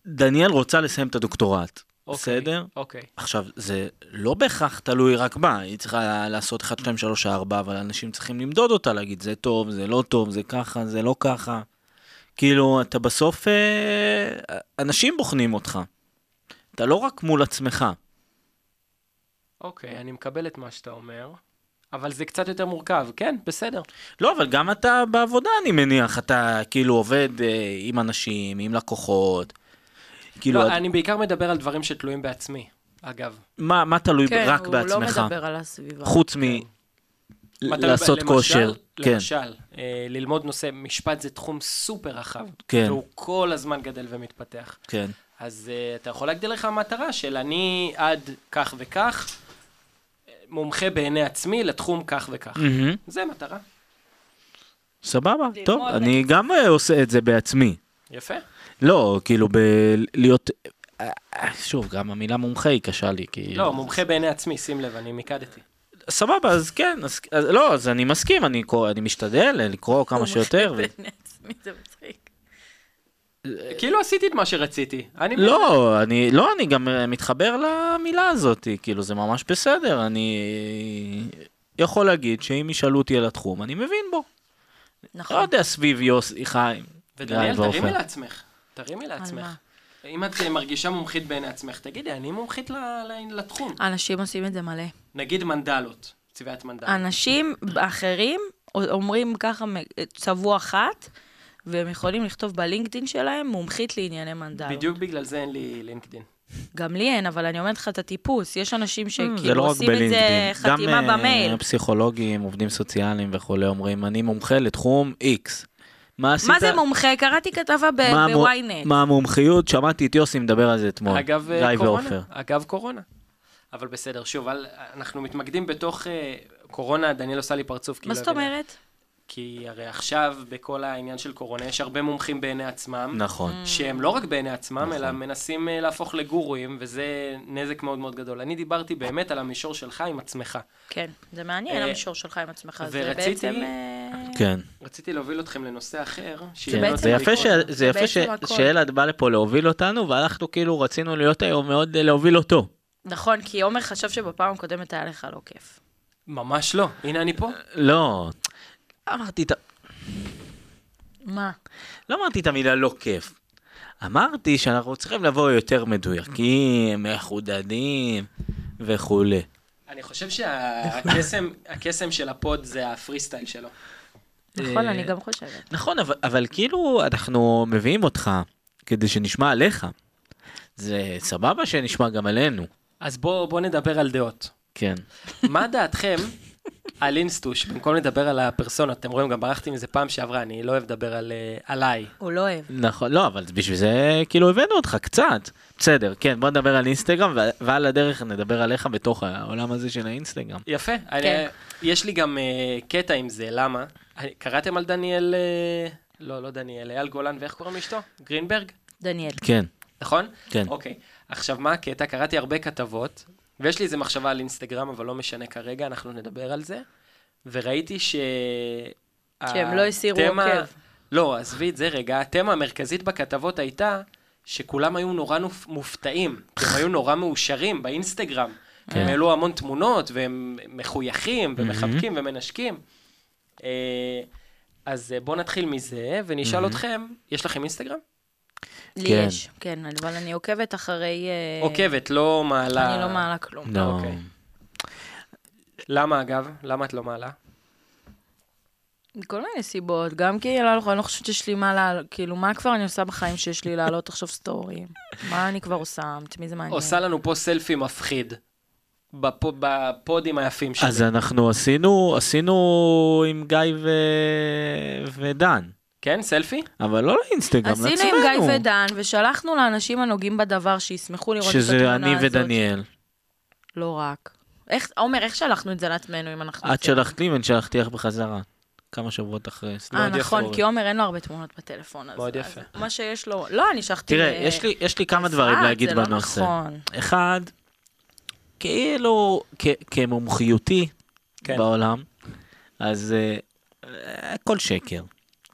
A: דניאל רוצה לסיים את הדוקטורט,
B: אוקיי,
A: בסדר?
B: אוקיי.
A: עכשיו, זה לא בהכרח תלוי רק בה, היא צריכה לעשות 1, 2, 3, 4, אבל אנשים צריכים למדוד אותה, להגיד זה טוב, זה לא טוב, זה ככה, זה לא ככה. כאילו, אתה בסוף, אה, אנשים בוחנים אותך. אתה לא רק מול עצמך.
B: אוקיי, אני מקבל את מה שאתה אומר, אבל זה קצת יותר מורכב. כן, בסדר.
A: לא, אבל גם אתה בעבודה, אני מניח, אתה כאילו עובד אה, עם אנשים, עם לקוחות. כאילו,
B: לא,
A: לא,
B: אני בעיקר מדבר על דברים שתלויים בעצמי, אגב.
A: מה, מה תלוי
C: כן,
A: רק
C: הוא
A: בעצמך?
C: לא מדבר על הסביבה.
A: חוץ מ...
B: כן. מה, תלוי ב-
A: לעשות
B: למשל-
A: כושר. כן,
B: למשל, אה, ללמוד נושא, משפט זה תחום סופר רחב.
A: כן.
B: והוא כל הזמן גדל ומתפתח.
A: כן.
B: אז uh, אתה יכול להגדיר לך מטרה של אני עד כך וכך, אה, מומחה בעיני עצמי לתחום כך וכך.
A: מהמם.
B: זה מטרה.
A: סבבה,
C: ללמוד
A: טוב, אני גם אה, עושה את זה בעצמי.
B: יפה.
A: לא, כאילו, בלהיות... שוב, גם המילה מומחה היא קשה לי, כי...
B: לא, מומחה בעיני עצמי, שים לב, אני מיקדתי.
A: סבבה, אז כן, אז, אז לא, אז אני מסכים, אני, קורא, אני משתדל אה, לקרוא כמה שיותר. ו...
C: בעיני עצמי, זה מצחיק.
B: כאילו עשיתי את מה שרציתי. אני
A: לא, אני, לא, אני גם אה, מתחבר למילה הזאת, כאילו, זה ממש בסדר, אני יכול להגיד שאם ישאלו אותי על התחום, אני מבין בו. לא
C: נכון.
A: יודע, סביב יוסי, חיים, גיא
B: ודניאל,
A: ועופר.
B: תרימי לעצמך. תרימי לעצמך.
C: מה?
B: אם את אה, מרגישה מומחית בעיני עצמך, תגידי, אני מומחית ל- ל- לתחום.
C: אנשים עושים את זה מלא.
B: נגיד מנדלות, צבעת מנדלות.
C: אנשים אחרים אומרים ככה צבוע אחת, והם יכולים לכתוב בלינקדאין שלהם מומחית לענייני מנדלות.
B: בדיוק בגלל זה אין לי לינקדין.
C: גם לי אין, אבל אני אומרת לך את הטיפוס. יש אנשים
A: זה לא
C: שכאילו
A: רק
C: עושים את זה
A: בלינקדאין, גם
C: חתימה
A: אה,
C: במייל.
A: פסיכולוגים, עובדים סוציאליים וכולי אומרים, אני מומחה לתחום X. מה עשית?
C: מה זה מומחה? קראתי כתבה ב-
A: מה המו-
C: ב-ynet.
A: מה המומחיות? שמעתי את יוסי מדבר על זה אתמול.
B: אגב אה,
A: גיא
B: קורונה.
A: ועופר.
B: אגב קורונה. אבל בסדר, שוב, אל- אנחנו מתמקדים בתוך אה, קורונה, דניאל עושה לי פרצוף.
C: מה
B: כאילו,
C: זאת
B: הבין-
C: אומרת?
B: כי הרי עכשיו, בכל העניין של קורונה, יש הרבה מומחים בעיני עצמם.
A: נכון.
B: שהם לא רק בעיני עצמם,
A: נכון.
B: אלא מנסים אה, להפוך לגורואים, וזה נזק מאוד מאוד גדול. אני דיברתי באמת על המישור שלך עם עצמך.
C: כן, זה מעניין,
B: אה,
C: המישור שלך עם עצמך. זה
B: ורציתי-
C: בעצם... אה,
A: כן.
B: רציתי להוביל אתכם לנושא אחר.
C: זה
A: כן,
C: בעצם
A: זה יפה, ש...
B: לקרות.
A: זה יפה ש...
C: בעצם הכל.
A: שאלעד בא לפה להוביל אותנו, ואנחנו כאילו רצינו להיות היום מאוד אה, להוביל אותו.
C: נכון, כי עומר חשב שבפעם הקודמת היה לך לא כיף.
B: ממש לא, הנה אני פה.
A: לא, אמרתי את ה...
C: מה?
A: לא אמרתי את המילה לא כיף. אמרתי שאנחנו צריכים לבוא יותר מדויקים, מחודדים וכולי.
B: אני חושב שהקסם הקסם של הפוד זה הפרי סטייל שלו.
C: נכון,
A: אה,
C: אני גם חושבת.
A: נכון, אבל, אבל כאילו אנחנו מביאים אותך כדי שנשמע עליך. זה סבבה שנשמע גם עלינו.
B: אז בואו בוא נדבר על דעות.
A: כן.
B: מה דעתכם על אינסטוש? במקום לדבר על הפרסונות, אתם רואים, גם ברחתי מזה פעם שעברה, אני לא אוהב לדבר על, אה, עליי.
C: הוא לא אוהב.
A: נכון, לא, אבל בשביל זה כאילו הבאנו אותך קצת. בסדר, כן, בוא נדבר על אינסטגרם, ו- ועל הדרך נדבר עליך בתוך העולם הזה של האינסטגרם.
B: יפה.
C: כן.
B: אני, יש לי גם אה, קטע עם זה, למה? אני- קראתם על דניאל, אה, לא, לא דניאל, אייל גולן, ואיך קוראים לאשתו? גרינברג?
C: דניאל.
A: כן,
B: נכון?
A: כן.
B: אוקיי. עכשיו, מה הקטע? קראתי הרבה כתבות, ויש לי איזה מחשבה על אינסטגרם, אבל לא משנה כרגע, אנחנו נדבר על זה. וראיתי ש...
C: שהם לא הסירו
B: התמה-
C: עוקב.
B: לא, עזבי את זה רגע. התמה המרכזית בכתבות הייתה שכולם היו נורא נופ- מופתעים, כי הם היו נורא מאושרים באינסטגרם.
A: כן.
B: הם העלו המון תמונות, והם מחויכים, ומחבקים, ומנשקים. אה, אז אה, בואו נתחיל מזה, ונשאל אתכם, יש לכם אינסטגרם?
C: לי
A: כן.
C: יש, כן, אבל אני עוקבת אחרי... אה,
B: עוקבת, לא מעלה.
C: אני לא מעלה כלום.
A: לא.
B: אוקיי. למה אגב? למה את לא מעלה?
C: מכל מיני סיבות, גם כי לא, אני לא חושבת שיש לי מה לעלות, כאילו, מה כבר אני עושה בחיים שיש לי לעלות עכשיו סטורים? מה אני כבר עושה? את מי זה מעניין?
B: עושה לנו פה סלפי מפחיד. בפ... בפודים היפים שלי.
A: אז אנחנו עשינו, עשינו עם גיא ו... ודן,
B: כן, סלפי?
A: אבל לא לאינסטגרם, לעצמנו.
C: עשינו עם גיא ודן, ושלחנו לאנשים הנוגעים בדבר שישמחו לראות את התמונה הזאת. אוקיי.
A: שזה אני ודניאל.
C: לא רק. איך, עומר, איך שלחנו את זה לעצמנו אם אנחנו...
A: את שלחת לי ואני שלחתי לך בחזרה. כמה שבועות אחרי. לא סליחה.
C: אה,
B: מאוד יפה,
C: נכון,
B: אורן.
C: כי עומר אין לו הרבה תמונות בטלפון. אז-
B: מאוד
C: אז
B: יפה.
C: מה שיש לו... לא, אני שלחתי...
A: תראה,
C: ל-
A: יש לי, יש לי כמה
C: אפרת,
A: דברים להגיד
C: אה, זה
A: בנושא.
C: לא נכון.
A: אחד, כאילו, כ- כמומחיותי
B: כן.
A: בעולם, אז אה, אה, הכל שקר.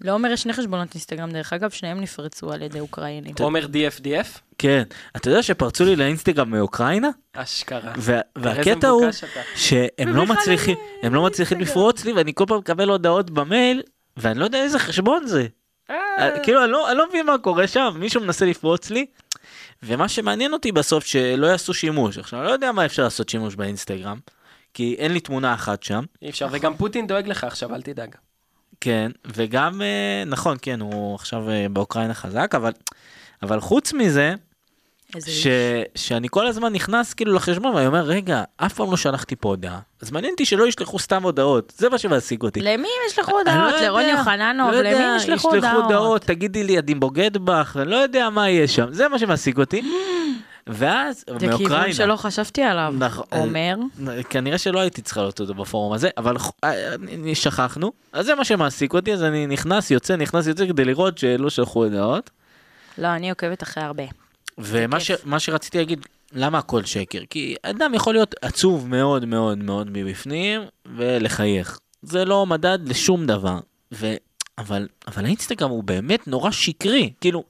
C: לעומר יש שני חשבונות אינסטגרם, דרך אגב, שניהם נפרצו על ידי אוקראינים.
B: עומר DFDF?
A: כן. אתה יודע שפרצו לי לאינסטגרם מאוקראינה?
B: אשכרה.
A: וה-
B: איזה
A: והקטע הוא
B: מבוקש אתה.
A: שהם לא
C: ובכלל
A: מצליחים,
C: אני-
A: הם לא מצליחים לפרוץ לי, ואני כל פעם מקבל הודעות במייל, ואני לא יודע איזה חשבון זה. אה, כאילו, אני לא, אני לא מבין מה קורה שם, מישהו מנסה לפרוץ לי. ומה שמעניין אותי בסוף, שלא יעשו שימוש. עכשיו, אני לא יודע מה אפשר לעשות שימוש באינסטגרם, כי אין לי תמונה אחת שם.
B: אי אפשר, וגם פוטין דואג לך עכשיו, אל תדאג.
A: כן, וגם, אה, נכון, כן, הוא עכשיו אה, באוקראינה חזק, אבל, אבל חוץ מזה,
C: איזה
A: ש, שאני כל הזמן נכנס כאילו לחשבון ואני אומר, רגע, אף פעם לא שלחתי פה הודעה. אז מעניין אותי שלא ישלחו סתם הודעות, זה מה שמעסיק אותי.
C: למי הם ישלחו
A: אני לא
C: הודעות?
A: יודע,
C: לרוני יוחננוב?
A: לא יודע,
C: למי הם ישלחו הודעות?
A: ישלחו הודעות, תגידי לי, אני בוגד בך, אני לא יודע מה יהיה שם, זה מה שמעסיק אותי. ואז,
C: זה
A: מאוקראינה.
C: כיוון שלא חשבתי עליו.
A: נכון.
C: עומר,
A: כנראה שלא הייתי צריכה לעשות אותו בפורום הזה, אבל ח- אה, אני- שכחנו, אז זה מה שמעסיק אותי, אז אני נכנס, יוצא, נכנס, יוצא, כדי לראות שלא שלחו הודעות.
C: לא, אני עוקבת אחרי הרבה.
A: ומה ש,
C: כיף.
A: מה שרציתי להגיד, למה הכל שקר? כי אדם יכול להיות עצוב מאוד מאוד מאוד מבפנים ולחייך. זה לא מדד לשום דבר. ו, אבל, אבל האינסטגרם הוא באמת נורא שקרי. כאילו,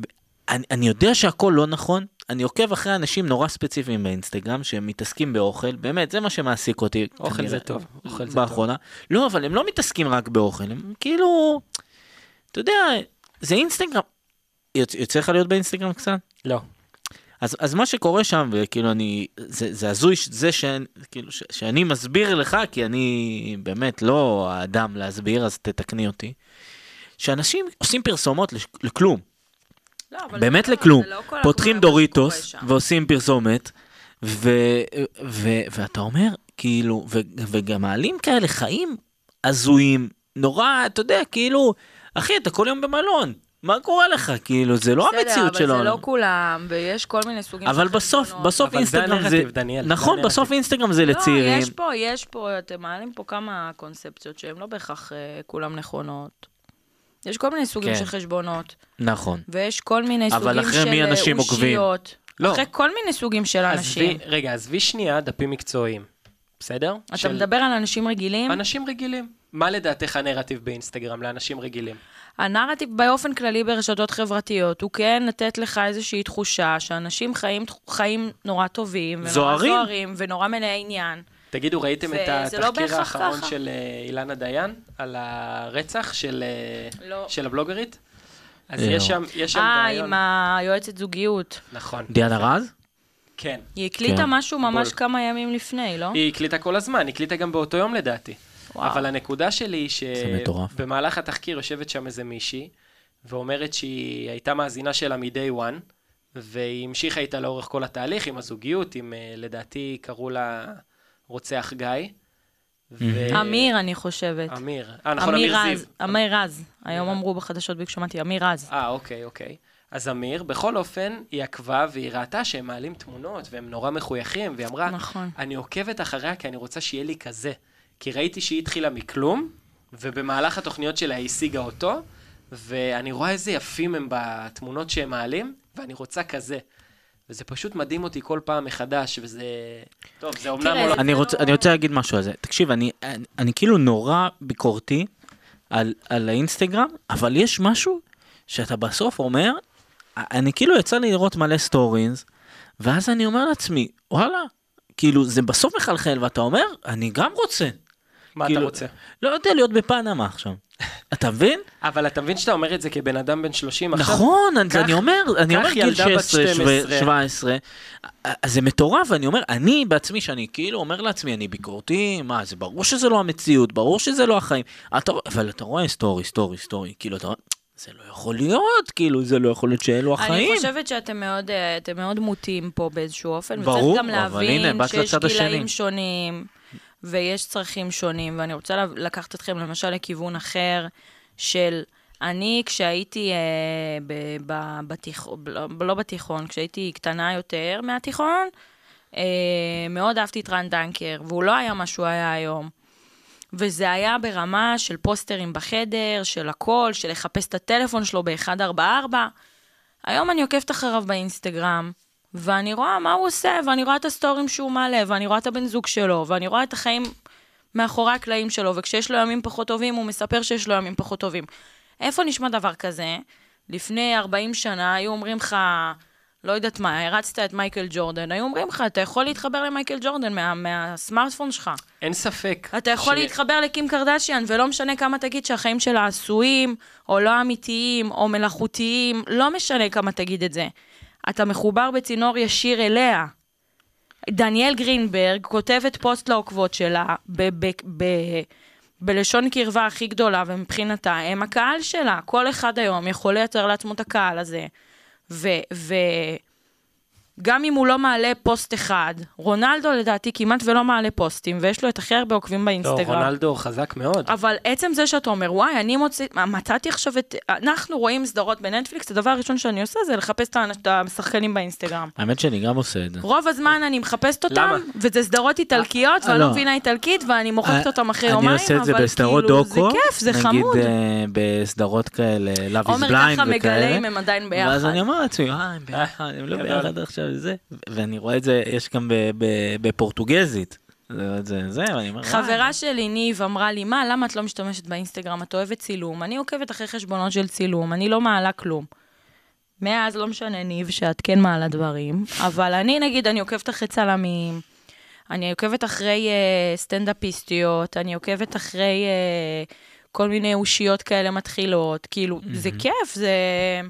A: ב- אני, אני יודע שהכל לא נכון. אני עוקב אחרי אנשים נורא ספציפיים באינסטגרם שמתעסקים באוכל, באמת, זה מה שמעסיק אותי.
B: אוכל זה
A: כנראה.
B: טוב, אוכל זה טוב.
A: באחרונה. לא, אבל הם לא מתעסקים רק באוכל, הם כאילו, אתה יודע, זה אינסטגרם. יוצ- יוצא לך להיות באינסטגרם קצת?
B: לא.
A: אז, אז מה שקורה שם, וכאילו אני, זה, זה הזוי ש- זה שאני, כאילו, ש, שאני מסביר לך, כי אני באמת לא האדם להסביר, אז תתקני אותי, שאנשים עושים פרסומות לש- לכלום.
C: לא,
A: באמת לכלום. פותחים דוריטוס ועושים פרסומת, ו, ו, ואתה אומר, כאילו, ו, וגם מעלים כאלה חיים הזויים, נורא, אתה יודע, כאילו, אחי, אתה כל יום במלון. מה קורה לך? כאילו, זה לא המציאות
C: בסדר, אבל זה
A: שלנו.
C: לא כולם, ויש כל מיני סוגים
A: אבל
C: של
A: בסוף,
C: חשבונות.
A: בסוף
B: אבל זה
A: אינסטגרם זה...
B: הנרטיב, דניאל, זה
A: נכון,
B: הנרטיב.
A: בסוף אינסטגרם זה לצעירים.
C: לא, יש פה, יש פה, אתם מעלים פה כמה קונספציות שהן לא בהכרח אה, כולם נכונות. יש כל מיני סוגים
A: כן.
C: של חשבונות,
A: נכון.
C: ויש כל מיני
A: אבל
C: סוגים
A: אחרי
C: של
A: מי
C: אה,
A: אנשים עוקבים?
C: אושיות.
B: לא.
C: אחרי כל מיני סוגים של
B: עזבי,
C: אנשים.
B: רגע, עזבי שנייה דפים מקצועיים, בסדר?
C: אתה מדבר על אנשים רגילים?
B: אנשים רגילים. מה לדעתך הנרטיב באינסטגרם לאנשים רגילים?
C: הנרטיב באופן כללי ברשתות חברתיות הוא כן לתת לך איזושהי תחושה שאנשים חיים, חיים נורא טובים, ונורא
A: זוהרים.
C: זוהרים ונורא מלאי עניין.
B: תגידו, ראיתם
C: זה-
B: את
C: זה לא
B: התחקיר
C: בהכרח
B: האחרון
C: ככה.
B: של אה, אילנה דיין על הרצח של, אה,
C: לא.
B: של הבלוגרית? אז
A: לא.
B: יש שם, יש שם
C: אה,
B: דיין.
C: עם היועצת זוגיות.
B: נכון,
A: דיאנה רז?
B: כן.
C: היא הקליטה
A: כן.
C: משהו ממש
B: בול.
C: כמה ימים לפני, לא?
B: היא הקליטה כל הזמן, היא הקליטה גם באותו יום לדעתי.
C: וואו.
B: אבל הנקודה שלי היא
A: זה מטורף.
B: שבמהלך התחקיר יושבת שם איזה מישהי, ואומרת שהיא הייתה מאזינה שלה מ-day one, והיא המשיכה איתה לאורך כל התהליך, עם הזוגיות, עם אה, לדעתי קראו לה רוצח גיא. ו-
C: אמיר, אני חושבת.
B: אמיר. אה, נכון, אמיר זיו.
C: רז, אמיר רז. היום אמרו בחדשות בדיוק שמעתי, אמיר רז.
B: אה, אוקיי, אוקיי. אז אמיר, בכל אופן, היא עקבה והיא ראתה שהם מעלים תמונות והם נורא מחויכים, והיא אמרה,
C: נכון.
B: אני עוקבת אחריה כי אני רוצה שיהיה לי כזה. כי ראיתי שהיא התחילה מכלום, ובמהלך התוכניות שלה היא השיגה אותו, ואני רואה איזה יפים הם בתמונות שהם מעלים, ואני רוצה כזה. וזה פשוט מדהים אותי כל פעם מחדש, וזה... טוב, זה אומנם...
C: תראה,
B: עולם-
C: זה
A: אני
C: לא-
A: רוצה, אני רוצה להגיד משהו על זה. תקשיב, אני, אני, אני כאילו נורא ביקורתי על, על האינסטגרם, אבל יש משהו שאתה בסוף אומר, אני כאילו יצא לי לראות מלא סטורינס, ואז אני אומר לעצמי, וואלה, כאילו זה בסוף מחלחל, ואתה אומר, אני גם רוצה.
B: מה אתה
A: כאילו-
B: רוצה?
A: לא יודע להיות בפנמה עכשיו. אתה מבין?
B: אבל אתה מבין שאתה אומר את זה כבן אדם בן 30 עכשיו?
A: נכון, אז
B: קח-
A: אני אומר, אני
B: קח
A: אומר גיל
B: ילדה בת
A: 16,
B: 12.
A: 17, אז זה מטורף, ואני אומר, אני בעצמי, שאני כאילו אומר לעצמי, אני ביקורתי, מה, זה ברור שזה לא המציאות, ברור שזה לא החיים, אתה, אבל אתה רואה סטורי, סטורי, סטורי, כאילו, אתה רואה, זה לא יכול להיות, כאילו, זה לא יכול להיות שאלו החיים.
C: אני חושבת שאתם מאוד, אה, אתם מאוד מוטים פה באיזשהו אופן.
A: ברור,
C: וצריך גם
A: אבל
C: להבין
A: הנה, באת
C: שיש
A: לצד השני.
C: גילאים שונים, ויש צרכים שונים, ואני רוצה לב- לקחת אתכם למשל לכיוון אחר של... אני, כשהייתי אה, ב, ב, בתיכון, לא בתיכון, כשהייתי קטנה יותר מהתיכון, אה, מאוד אהבתי את רן דנקר, והוא לא היה מה שהוא היה היום. וזה היה ברמה של פוסטרים בחדר, של הכל, של לחפש את הטלפון שלו ב-144. היום אני עוקבת אחריו באינסטגרם, ואני רואה מה הוא עושה, ואני רואה את הסטורים שהוא מעלה, ואני רואה את הבן זוג שלו, ואני רואה את החיים מאחורי הקלעים שלו, וכשיש לו ימים פחות טובים, הוא מספר שיש לו ימים פחות טובים. איפה נשמע דבר כזה? לפני 40 שנה היו אומרים לך, לא יודעת מה, הרצת את מייקל ג'ורדן, היו אומרים לך, אתה יכול להתחבר למייקל ג'ורדן מה, מהסמארטפון שלך.
B: אין ספק.
C: אתה יכול
B: ש-
C: ש... להתחבר לקים קרדשיאן, ולא משנה כמה תגיד שהחיים שלה עשויים, או לא אמיתיים, או מלאכותיים, לא משנה כמה תגיד את זה. אתה מחובר בצינור ישיר אליה. דניאל גרינברג כותבת פוסט לעוקבות שלה ב- ב- ב- בלשון קרבה הכי גדולה, ומבחינתה הם הקהל שלה. כל אחד היום יכול לייצר לעצמו את הקהל הזה. ו... ו- גם אם הוא לא מעלה פוסט אחד, רונלדו לדעתי כמעט ולא מעלה פוסטים, ויש לו את הכי הרבה עוקבים
B: לא,
C: באינסטגרם.
B: רונלדו חזק מאוד.
C: אבל עצם זה שאתה אומר, וואי, אני מוצא, מה, מצאתי עכשיו את... אנחנו רואים סדרות בנטפליקס, הדבר הראשון שאני עושה זה לחפש את האנש- את השחקנים באינסטגרם.
A: האמת שאני גם עושה את זה.
C: רוב הזמן אני מחפשת אותם,
B: למה?
C: וזה סדרות איטלקיות, ואני
A: לא. אה,
C: לא מבינה איטלקית, ואני מוחקת אותם אחרי יומיים,
A: אני עושה את זה
C: אבל
A: בסדרות
C: כאילו,
A: דוקו,
C: זה כיף, זה חמוד.
A: נגיד אה, בסדרות כאלה, Love is Blind
C: עומר
A: וכאלה.
C: ככה מגלה אם הם עדיין ביחד.
A: ואז אני אומר לעצמי, אה, הם ביחד, הם לא
B: גדול.
A: ביחד עכשיו, זה. ו- ואני רואה את זה, יש גם ב- ב- בפורטוגזית. זה, זה, זה, ואני אומר, "אה,
C: חברה שלי, ניב, אמרה לי, מה, למה את לא משתמשת באינסטגרם? את אוהבת צילום. אני עוקבת אחרי חשבונות של צילום, אני לא מעלה כלום. מאז לא משנה, ניב, שאת כן מעלה דברים, אבל אני, נגיד, אני עוקבת אחרי צלמים, אני עוקבת אחרי אה, סטנדאפיסטיות, אני עוקבת אחרי אה, כל מיני אושיות כאלה מתחילות. כאילו, זה כיף, זה...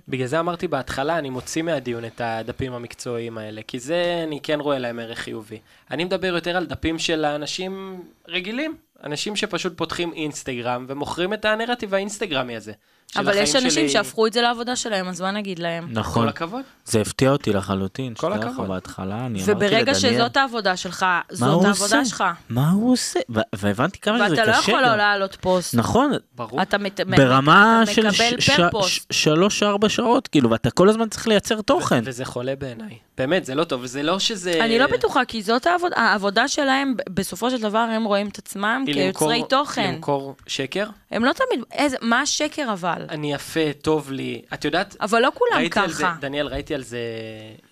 B: בגלל זה אמרתי בהתחלה, אני מוציא מהדיון את הדפים המקצועיים האלה, כי זה, אני כן רואה להם ערך חיובי. אני מדבר יותר על דפים של האנשים רגילים, אנשים שפשוט פותחים אינסטגרם ומוכרים את הנרטיב האינסטגרמי הזה. של
C: אבל יש
B: החיים
C: אנשים
B: שלי.
C: שהפכו את זה לעבודה שלהם, אז מה נגיד להם?
A: נכון.
B: כל הכבוד.
A: זה הפתיע אותי לחלוטין,
B: כל
A: שתדע לך
B: הכבוד.
A: בהתחלה, אני אמרתי לדניאל.
C: וברגע שזאת העבודה שלך,
A: מה
C: זאת
A: הוא
C: העבודה
A: עושה?
C: שלך.
A: מה הוא עושה? ו- והבנתי כמה שזה קשה.
C: ואתה לא יכול
A: גם.
C: לא להעלות פוסט.
A: נכון,
B: ברור.
C: אתה מת-
A: ברמה
C: אתה
A: של
C: מקבל
A: ש-
C: פר
A: ש-
C: פוסט.
A: ש- שלוש-ארבע שעות, כאילו, ואתה כל הזמן צריך לייצר תוכן.
B: וזה חולה בעיניי. באמת, זה לא טוב, וזה לא שזה...
C: אני לא בטוחה, כי זאת העבודה, העבודה שלהם, ב- בסופו של דבר הם רואים את עצמם
B: היא למכור-
C: כיוצרי תוכן.
B: למכור שקר?
C: הם לא תמיד, איזה- מה השקר אבל?
B: אני יפה, טוב לי. את יודעת,
C: אבל לא כולם
B: ראיתי על זה,
C: ככה.
B: דניאל, ראיתי על זה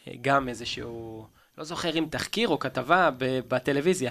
B: אה, גם איזשהו, לא זוכר אם תחקיר או כתבה ב- בטלוויזיה.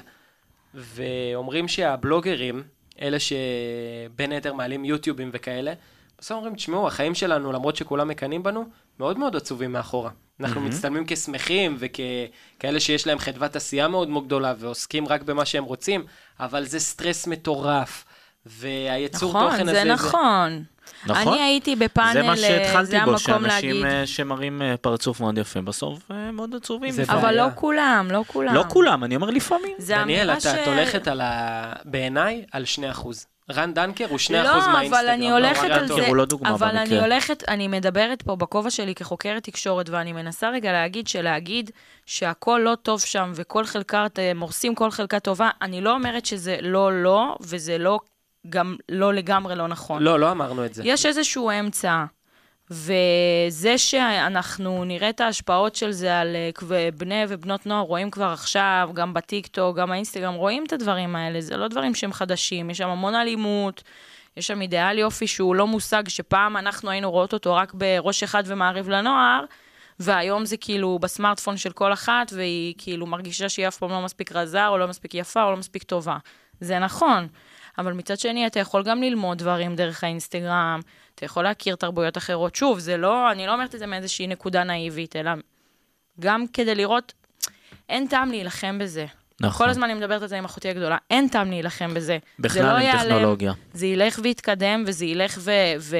B: ואומרים שהבלוגרים, אלה שבין היתר מעלים יוטיובים וכאלה, בסוף אומרים, תשמעו, החיים שלנו, למרות שכולם מקנאים בנו, מאוד מאוד עצובים מאחורה. אנחנו mm-hmm. מצטלמים כשמחים וככאלה שיש להם חדוות עשייה מאוד מאוד גדולה ועוסקים רק במה שהם רוצים, אבל זה סטרס מטורף. והיצור
C: נכון,
B: תוכן
C: זה
B: הזה...
C: נכון.
A: נכון.
C: אני הייתי בפאנל,
A: זה מה
C: אה,
A: שהתחלתי
C: זה
A: בו,
C: המקום
A: שאנשים
C: להגיד.
A: אה, שמראים אה, פרצוף מאוד יפה, בסוף אה, מאוד עצובים.
B: זה
A: לפעמים.
C: אבל
B: בעיה.
C: לא כולם, לא כולם.
A: לא כולם, אני אומר לפעמים.
C: זה
B: דניאל,
C: אמירה
B: אתה,
C: ש-
B: את הולכת על ה... בעיניי, על 2%. רן דנקר הוא 2%
C: לא,
B: מהאינסטגרם.
C: אבל אני הולכת
B: לא,
C: על
B: רן
C: זה,
A: הוא לא דוגמה
C: אבל אני
A: במקרה.
C: הולכת, אני מדברת פה בכובע שלי כחוקרת תקשורת, ואני מנסה רגע להגיד שלהגיד שהכל לא טוב שם וכל חלקה, אתם הורסים כל חלקה טובה, אני לא אומרת שזה לא לא, וזה לא, גם לא לגמרי לא נכון.
B: לא, לא אמרנו את זה.
C: יש איזשהו אמצע. וזה שאנחנו נראה את ההשפעות של זה על אה, כב- בני ובנות נוער, רואים כבר עכשיו, גם בטיקטוק, גם באינסטגרם, רואים את הדברים האלה, זה לא דברים שהם חדשים, יש שם המון אלימות, יש שם אידיאל יופי שהוא לא מושג שפעם אנחנו היינו רואות אותו רק בראש אחד ומעריב לנוער, והיום זה כאילו בסמארטפון של כל אחת, והיא כאילו מרגישה שהיא אף פעם לא מספיק רזה, או לא מספיק יפה, או לא מספיק טובה. זה נכון. אבל מצד שני, אתה יכול גם ללמוד דברים דרך האינסטגרם, אתה יכול להכיר תרבויות אחרות. שוב, זה לא, אני לא אומרת את זה מאיזושהי נקודה נאיבית, אלא גם כדי לראות, אין טעם להילחם בזה.
A: נכון.
C: כל הזמן אני מדברת על זה עם אחותי הגדולה, אין טעם להילחם בזה. זה
A: בכלל
C: לא
A: עם
C: ייעלם.
A: טכנולוגיה.
C: זה ילך ויתקדם, וזה ילך ו... ו...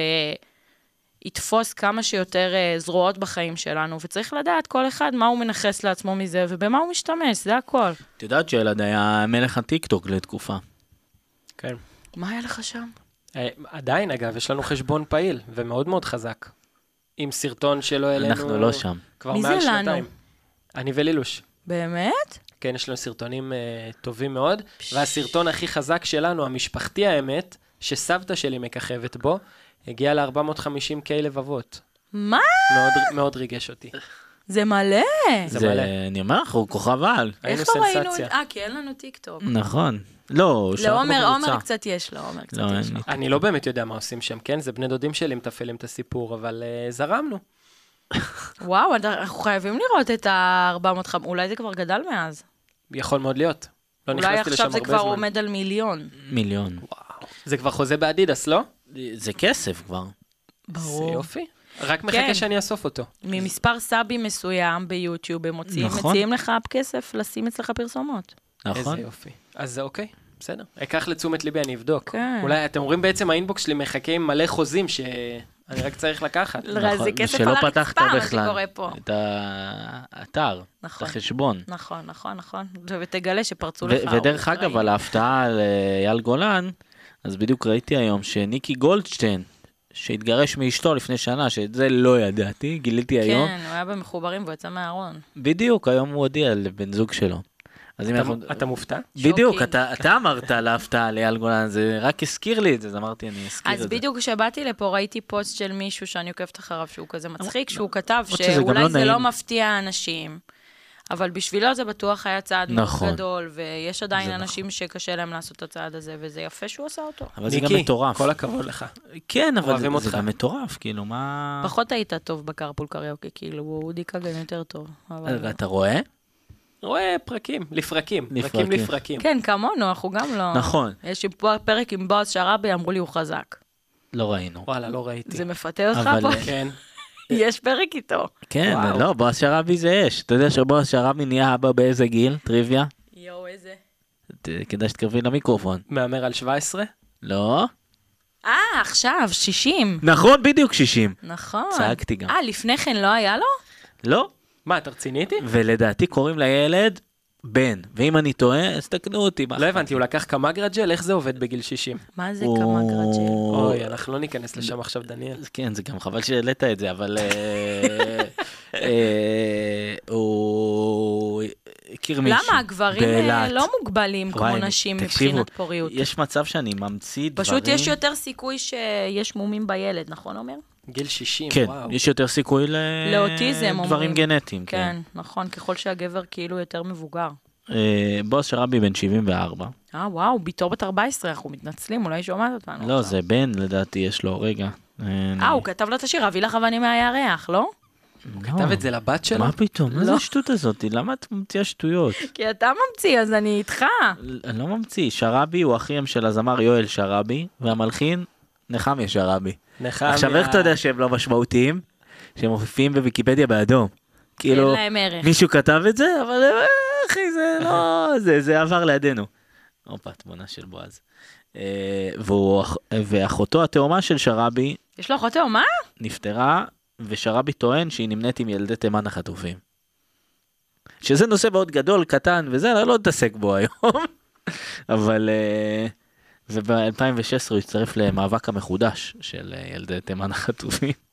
C: יתפוס כמה שיותר אה, זרועות בחיים שלנו, וצריך לדעת כל אחד מה הוא מנכס לעצמו מזה ובמה הוא משתמש, זה הכל.
A: את יודעת שילד היה מלך הטיקטוק לתקופה.
B: כן.
C: מה היה לך שם?
B: אה, עדיין, אגב, יש לנו חשבון פעיל, ומאוד מאוד חזק. עם סרטון שלא העלינו...
A: אנחנו לא שם.
B: כבר
C: מי זה
B: מעל
C: לנו?
B: שנתיים. אני ולילוש.
C: באמת?
B: כן, יש לנו סרטונים אה, טובים מאוד, והסרטון הכי חזק שלנו, המשפחתי האמת, שסבתא שלי מככבת בו, הגיע ל-450K לבבות.
C: מה?
B: מאוד- מאוד ריגש אותי.
C: זה מלא.
B: זה
A: זה,
B: מלא.
A: אני אומר לך, הוא כוכב על.
B: היינו
C: איך לא ראינו את
B: סנסציה. Mm.
C: זה? אה, כי אין לנו טיקטוק.
A: נכון. לא, הוא שלח
C: לעומר,
A: בקבוצה.
C: עומר קצת יש לו, עומר קצת
A: לא,
C: יש
A: אין
C: לו.
A: לי.
B: אני לא באמת יודע מה עושים שם, כן? זה בני דודים שלי מתפעלים את הסיפור, אבל אה, זרמנו.
C: וואו, אנחנו חייבים לראות את ה-400, אולי זה כבר גדל מאז.
B: יכול מאוד להיות. לא
C: אולי
B: נכנסתי לשם
C: עכשיו זה
B: הרבה
C: כבר
B: זמן.
C: עומד על מיליון.
A: מיליון.
B: זה כבר חוזה באדידס, לא?
A: זה כסף כבר.
B: זה
C: ברור.
B: יופי. רק מחכה
C: כן.
B: שאני אאסוף אותו.
C: ממספר סאבים מסוים ביוטיוב, הם מוציאים,
A: נכון.
C: מציעים לך כסף לשים אצלך פרסומות.
A: נכון?
B: איזה יופי. אז זה אוקיי, בסדר. אקח לתשומת ליבי, אני אבדוק.
C: כן.
B: אולי, אתם אומרים בעצם, האינבוקס שלי מחכה עם מלא חוזים שאני רק צריך לקחת.
C: הרי זה
A: נכון,
C: כסף
A: שלא
C: על
A: פתחת
C: הרצפה, מה
A: בכלל
C: שקורה פה.
A: את האתר, את
C: נכון.
A: החשבון.
C: נכון, נכון, נכון. ותגלה שפרצו לך.
A: ו- ודרך
C: ערוץ,
A: אגב,
C: ראינו.
A: על ההפתעה על אה, אייל גולן, אז בדיוק ראיתי היום שניקי גולדשטיין, שהתגרש מאשתו לפני שנה, שאת זה לא ידעתי, גיליתי היום,
C: כן, הוא היה במחוברים והוא יצא מהארון.
A: בדיוק היום הוא הודיע לבן זוג שלו. אז אם
B: אתה-
A: אנחנו...
B: אתה מופתע?
A: בדיוק,
C: שוקינג.
A: אתה אתה אמרת על ההפתעה על אייל גולן, זה רק הזכיר לי את זה, אז אמרתי, אני אזכיר את
C: אז
A: זה.
C: בדיוק כשבאתי לפה ראיתי פוסט של מישהו שאני עוקבת אחריו שהוא כזה מצחיק, שהוא כתב
A: שזה גם
C: שאולי
A: לא
C: זה לא
A: נעים.
C: מפתיע אנשים, אבל בשבילו זה בטוח היה צעד מאוד
A: נכון.
C: גדול, ויש עדיין
A: זה נכון.
C: אנשים שקשה להם לעשות את הצעד הזה, וזה יפה שהוא עשה אותו.
A: אבל זה גם
B: ניקי,
A: מטורף.
B: כל הכבוד לך.
A: כן, אבל
B: אוהבים
A: זה- זה
B: אותך.
A: גם מטורף, כאילו, מה...
C: פחות היית טוב בקרפול קריוקי, כאילו, אודי כגן יותר טוב. אבל-
A: אה, אתה רואה?
B: רואה פרקים, לפרקים.
A: לפרקים.
B: פרקים לפרקים.
C: כן, כמונו, אנחנו גם לא...
A: נכון.
C: יש לי פה פרק עם בועז שראבי, אמרו לי הוא חזק.
A: לא ראינו.
B: וואלה, לא ראיתי.
C: זה מפתה אותך
A: אבל- אה,
C: פה?
B: כן.
C: יש פרק איתו.
A: כן,
B: וואו.
A: לא, בועז שרבי זה אש. אתה יודע שבועז שרבי נהיה אבא באיזה גיל? טריוויה?
C: יואו, איזה...
A: ת- כדאי שתקרבי למיקרופון.
B: מהמר על 17?
A: לא?
C: אה, עכשיו, 60.
A: נכון, בדיוק 60.
C: נכון.
A: צעקתי גם.
C: אה, לפני כן לא היה לו?
A: לא.
B: מה, את רצינית?
A: ולדעתי קוראים לילד בן, ואם אני טועה, אז תקנו אותי. מה
B: לא
A: אכפת
B: הבנתי, הוא לקח כמה גרג'ל? איך זה עובד בגיל 60?
C: מה זה
A: הוא-
C: כמה גרג'ל?
B: אוי, אנחנו לא ניכנס לשם עכשיו, דניאל.
A: אז כן, זה גם חבל שהעלית את זה, אבל אה, אה, הוא הכיר מישהו.
C: למה הגברים אה,
A: באילת.
C: לא מוגבלים כמו
A: וואי,
C: נשים
A: תקשיבו,
C: מבחינת פוריות?
A: יש מצב שאני ממציא דברים.
C: פשוט יש יותר סיכוי שיש מומים בילד, נכון עומר?
B: גיל 60,
A: כן,
B: וואו.
A: יש יותר סיכוי ל...
C: לאוטיזם
A: דברים
C: אומרים.
A: גנטיים, כן.
C: כן, נכון, ככל שהגבר כאילו יותר מבוגר.
A: אה, בוס שרבי בן 74.
C: אה, וואו, ביתו בת 14, אנחנו מתנצלים, אולי היא שומעת אותנו.
A: לא,
C: עכשיו.
A: זה בן, לדעתי, יש לו, רגע.
C: אה, הוא כתב לה את השיר, אביא לך אבנים מהירח, לא?
B: כתב את זה לבת שלו?
A: מה פתאום? מה
C: לא.
A: זה השטות הזאת? למה את ממציאה שטויות?
C: כי אתה ממציא, אז אני איתך.
A: אני לא ממציא, שרבי הוא אחיהם של הזמר יואל שרבי, והמלחין נחמיה שרבי.
B: נחמיה.
A: עכשיו, איך אתה יודע שהם לא משמעותיים? שהם מופיעים בוויקיפדיה באדום.
C: אין
A: כאילו,
C: להם ערך.
A: מישהו כתב את זה, אבל אה, אחי, זה לא... זה- זה עבר לידינו. הופה, תמונה של בועז. אה, והוא אח- ואחותו התאומה של שרבי
C: יש לו אחותו, מה?
A: נפטרה, ושרבי טוען שהיא נמנית עם ילדי תימן החטופים. שזה נושא מאוד גדול, קטן וזה, אני לא אתעסק בו היום. אבל... אה, וב-2016 הוא הצטרף למאבק המחודש של אה, ילדי תימן החטופים.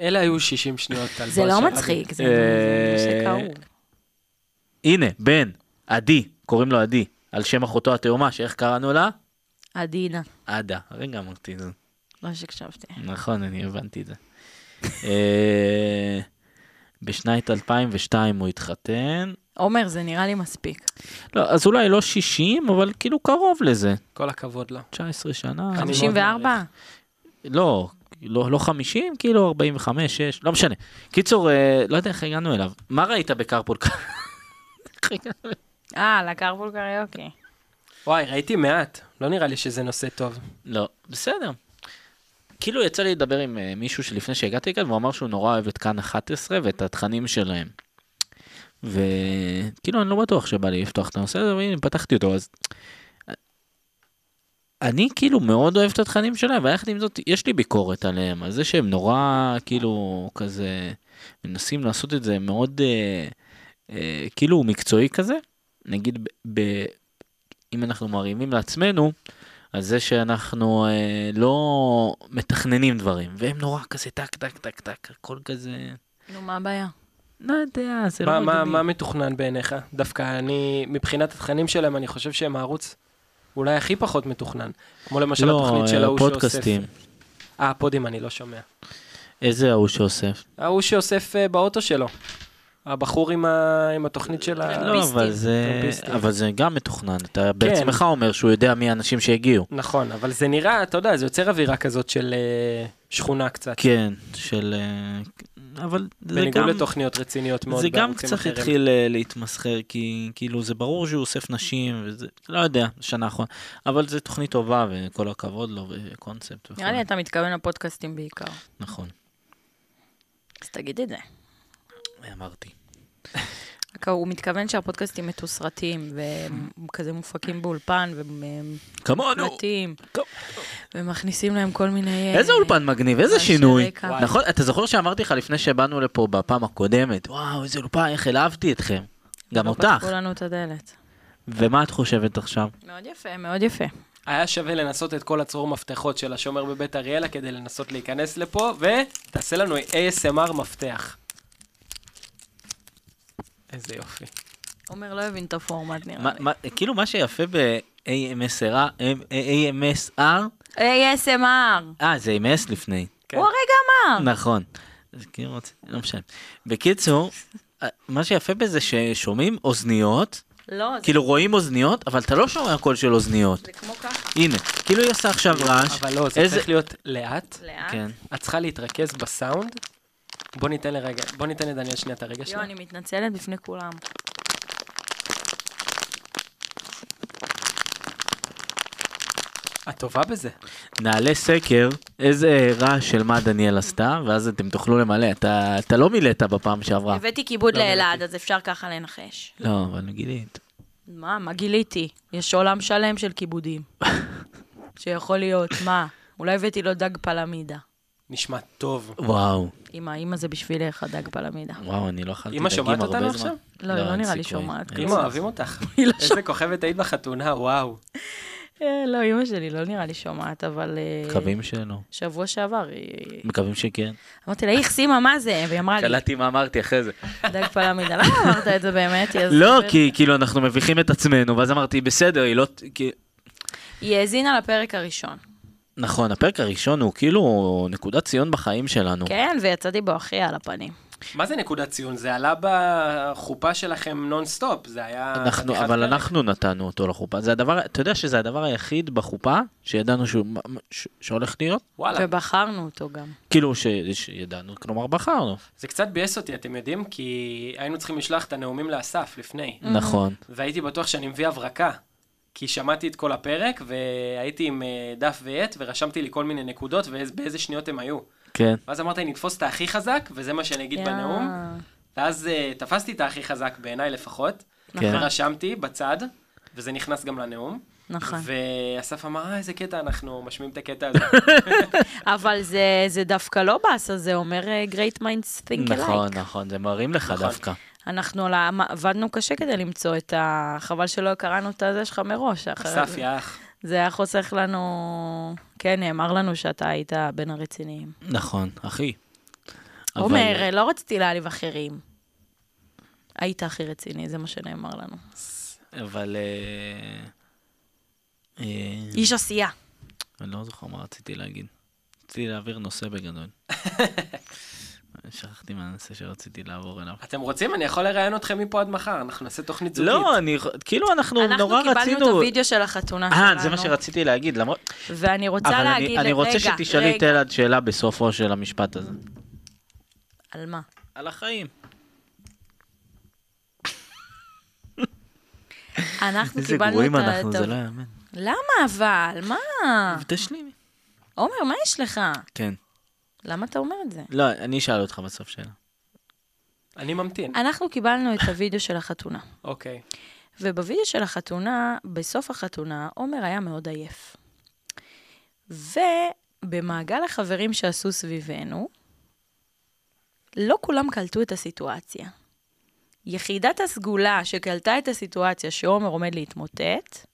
B: אלה היו 60 שניות על
C: זה
B: בועז
C: לא
B: שרעבי.
C: מצחיק, זה לא
A: אה,
C: נושא כאוב.
A: הנה, בן, עדי, קוראים לו עדי, על שם אחותו התאומה, שאיך קראנו לה?
C: עדינה,
A: עדה. רגע אמרתי את זה.
C: לא שהקשבתי.
A: נכון, אני הבנתי את זה. אה, בשנת 2002 הוא התחתן,
C: עומר, זה נראה לי מספיק.
A: לא, אז אולי לא 60, אבל כאילו קרוב לזה.
B: כל הכבוד לו.
A: 19 שנה.
B: אני מאוד
C: 54?
B: מעריך.
A: לא, לא, לא 50, כאילו 45, 6, לא משנה. קיצור, אה, לא יודע איך הגענו אליו. מה ראית בקרפול? איך הגענו?
C: אה, לקרפול קריוקי.
B: וואי, ראיתי מעט. לא נראה לי שזה נושא טוב.
A: לא, בסדר. כאילו יצא לי לדבר עם אה, מישהו שלפני שהגעתי לכאן, והוא אמר שהוא נורא אוהב את כאן 11 ואת התכנים שלהם. וכאילו אני לא בטוח שבא לי לפתוח את הנושא הזה, אבל הנה פתחתי אותו אז. אני כאילו מאוד אוהב את התכנים שלהם, ויחד עם זאת יש לי ביקורת עליהם, על זה שהם נורא כאילו כזה מנסים לעשות את זה מאוד אה, אה, כאילו מקצועי כזה. נגיד ב, ב, אם אנחנו מרעימים לעצמנו, על זה שאנחנו אה, לא מתכננים דברים, והם נורא כזה טק טק טק טק, הכל כזה,
C: נו, מה הבעיה?
A: לא יודע, זה
B: מה-
A: לא
B: מה-
A: מגניב.
B: מה מתוכנן בעיניך? דווקא אני, מבחינת התכנים שלהם, אני חושב שהם הערוץ אולי הכי פחות מתוכנן. כמו למשל התוכנית של
A: אה,
B: ההוא שאוסף...
A: פודקאסטים.
B: אה, פודים אני לא שומע.
A: איזה ההוא שאוסף?
B: ההוא שאוסף אה, באוטו שלו. הבחור עם ה- עם התוכנית של ה...
A: לא, אבל זה,
B: טרמפיסטים. כן.
A: אבל זה גם מתוכנן, אתה בעצמך אומר שהוא יודע מי האנשים שהגיעו.
B: נכון, אבל זה נראה, אתה יודע, זה יוצר אווירה כזאת של אה, שכונה קצת.
A: כן, של... אה, אבל זה
B: בניגוד
A: גם...
B: לתוכניות רציניות מאוד
A: זה גם
B: בערוצים
A: קצת
B: אחרים.
A: התחיל אה, להתמסחר, כי כאילו זה ברור שהוא אוסף נשים, וזה, לא יודע, שנה האחרונה, אבל זו תוכנית טובה, וכל הכבוד לו, וקונספט וכו'.
C: נראה לי אתה מתכוון לפודקאסטים בעיקר.
A: נכון,
C: אז תגיד את זה.
A: אמרתי.
C: רק הוא מתכוון שהפודקאסטים מתוסרטים, והם כזה מופקים באולפן, והם
A: כמונו.
C: מוקלטים,
A: טוב.
C: ומכניסים להם כל מיני... אה,
A: איזה אולפן מגניב, איזה
C: רעשי
A: שינוי.
C: רקע. וואי.
A: נכון, אתה זוכר שאמרתי לך לפני שבאנו לפה בפעם הקודמת, וואו, איזה אולפן, איך העלבתי אתכם. גם
C: לא
A: אותך.
C: פתחו לנו את הדלת.
A: ומה את חושבת עכשיו?
C: מאוד יפה, מאוד יפה.
B: היה שווה לנסות את כל הצרור מפתחות של השומר בבית אריאלה כדי לנסות להיכנס לפה, ותעשה לנו ASMR מפתח. איזה יופי.
C: עומר לא הבין את הפורמט, נראה
A: מה-
C: לי.
A: מה- כאילו מה שיפה ב-AMSR,
C: ASMR!
A: אה, זה עם S לפני.
B: כן.
C: הוא הרגע אמר!
A: נכון. אז כאילו רוצה, לא משנה. בקיצור, אה, מה שיפה בזה ששומעים אוזניות,
C: לא, זה-
A: כאילו רואים אוזניות, אבל אתה לא שומע קול של אוזניות.
C: זה כמו ככה,
A: הנה, כאילו היא עושה עכשיו רעש.
B: אבל לא, זה
A: איזה-
B: צריך להיות לאט.
C: לאט.
A: כן.
B: את צריכה להתרכז בסאונד. בוא ניתן לרגע, בוא ניתן לדניאל שנייה את הרגע
C: יו,
B: שלה.
C: אני מתנצלת בפני כולם.
B: את טובה בזה.
A: נעלה סקר, איזה רעש של מה דניאל עשתה, ואז אתם תוכלו למלא. אתה, אתה לא מילאת בפעם שעברה.
C: הבאתי כיבוד
B: לא
C: לאלעד, אז אפשר ככה לנחש.
A: לא, אבל גילית.
C: מה, מה גיליתי? יש עולם שלם של כיבודים. שיכול להיות, מה? אולי הבאתי לו דג פלמידה.
B: נשמע טוב.
A: וואו,
C: אמא, אמא זה בשבילך הדג פלמידה.
A: וואו, אני לא אכלתי
B: אמא
A: דגים
B: שומעת
A: הרבה זמן.
B: אותנו עכשיו?
C: לא, היא לא
A: אין
C: נראה לי
A: סיכוי.
C: שומעת.
A: אין
B: אמא,
A: סיכוי.
B: אוהבים אותך.
C: היא לא
B: איזה כוכבת היית בחתונה, וואו.
C: אה, לא, אמא שלי לא נראה לי שומעת, אבל... אה,
A: מקווים שלא.
C: שבוע שעבר היא...
A: מקווים שכן.
C: אמרתי לה, איכס אימא, מה זה? והיא אמרה אה, לי,
A: קלטתי מה אמרתי אחרי זה.
C: דג פלמידה. למה אמרת את זה באמת? היא אז-
A: לא, כי כאילו אנחנו מביכים את עצמנו, ואז אמרתי, בסדר, היא לא... כי-
C: היא האזינה לפרק הראשון.
A: נכון, הפרק הראשון הוא כאילו נקודת ציון בחיים שלנו.
C: כן, ויצאתי בו הכי על הפנים.
B: מה זה נקודת ציון? זה עלה בחופה שלכם נונסטופ, זה היה...
A: אנחנו,
B: חתיכת
A: אבל
B: פרק.
A: אנחנו נתנו אותו לחופה. זה הדבר, אתה יודע שזה הדבר היחיד בחופה שידענו שהוא, ש- שהולך להיות?
B: וואלה,
C: כן. ובחרנו אותו גם.
A: כאילו ש, שידענו, כלומר בחרנו.
C: Mm-hmm.
B: זה קצת ביאס אותי, אתם יודעים? כי היינו צריכים לשלוח את הנאומים לאסף לפני.
A: נכון.
B: והייתי בטוח שאני מביא הברקה. כי שמעתי את כל הפרק, והייתי עם אה, דף ועט, ורשמתי לי כל מיני נקודות, ובאיזה שניות הם היו.
A: כן.
B: ואז אמרת, אני אתפוס את הכי חזק, וזה מה שאני אגיד
C: יא.
B: בנאום. ואז אה, תפסתי את הכי חזק, בעיניי לפחות.
A: כן.
B: ורשמתי בצד, וזה נכנס גם לנאום.
C: נכון.
B: ואסף אמר, אה, איזה קטע, אנחנו משמיעים את הקטע הזה.
C: אבל זה- זה דווקא לא באסה, זה אומר אה, Great Minds Think
A: נכון,
C: Alike.
A: נכון, זה מראים לך
B: נכון.
A: דווקא.
C: אנחנו למה- עבדנו קשה כדי למצוא את ה... חבל שלא קראנו את הזה שלך מראש. אחרת
B: אסף, יא אח.
C: זה היה חוסך לנו... כן, נאמר לנו שאתה היית בין הרציניים.
A: נכון, אחי. אבל-
C: עומר, אה, לא רציתי להעליב אחרים. היית הכי רציני, זה מה שנאמר לנו.
A: אבל... אה, אה,
C: איש עשייה.
A: אני לא זוכר מה רציתי להגיד. רציתי להעביר נושא בגדול. שכחתי מהנושא שרציתי לעבור אליו.
B: אתם רוצים? אני יכול לראיין אתכם מפה עד מחר, אנחנו נעשה תוכנית זוגית.
A: לא, אני... כאילו אנחנו
C: אנחנו
A: נורא רצינו...
C: קיבלנו את הוידאו של החתונה שלנו.
A: אה, זה מה שרציתי להגיד, למרות...
C: ואני רוצה
A: אבל
C: להגיד...
A: אני, אני רוצה
C: רגע,
A: שתשאלי את
C: רגע.
A: אלעד שאלה בסופו של המשפט הזה.
C: על מה?
A: על החיים.
C: אנחנו
A: איזה
C: קיבלנו
A: גרועים
C: את ה...
A: אנחנו,
C: את
A: זה
C: ה- אה.
A: לא יאמן.
C: למה אבל? מה?
A: תשלימי.
C: עומר, מה יש לך?
A: כן.
C: למה אתה אומר את זה?
A: לא, אני אשאל אותך בסוף שאלה.
B: אני ממתין.
C: אנחנו קיבלנו את הוידאו של החתונה.
B: אוקיי.
C: ובווידאו של החתונה, בסוף החתונה, עומר היה מאוד עייף. ובמעגל החברים שעשו סביבנו, לא כולם קלטו את הסיטואציה. יחידת הסגולה שקלטה את הסיטואציה שעומר עומד להתמוטט,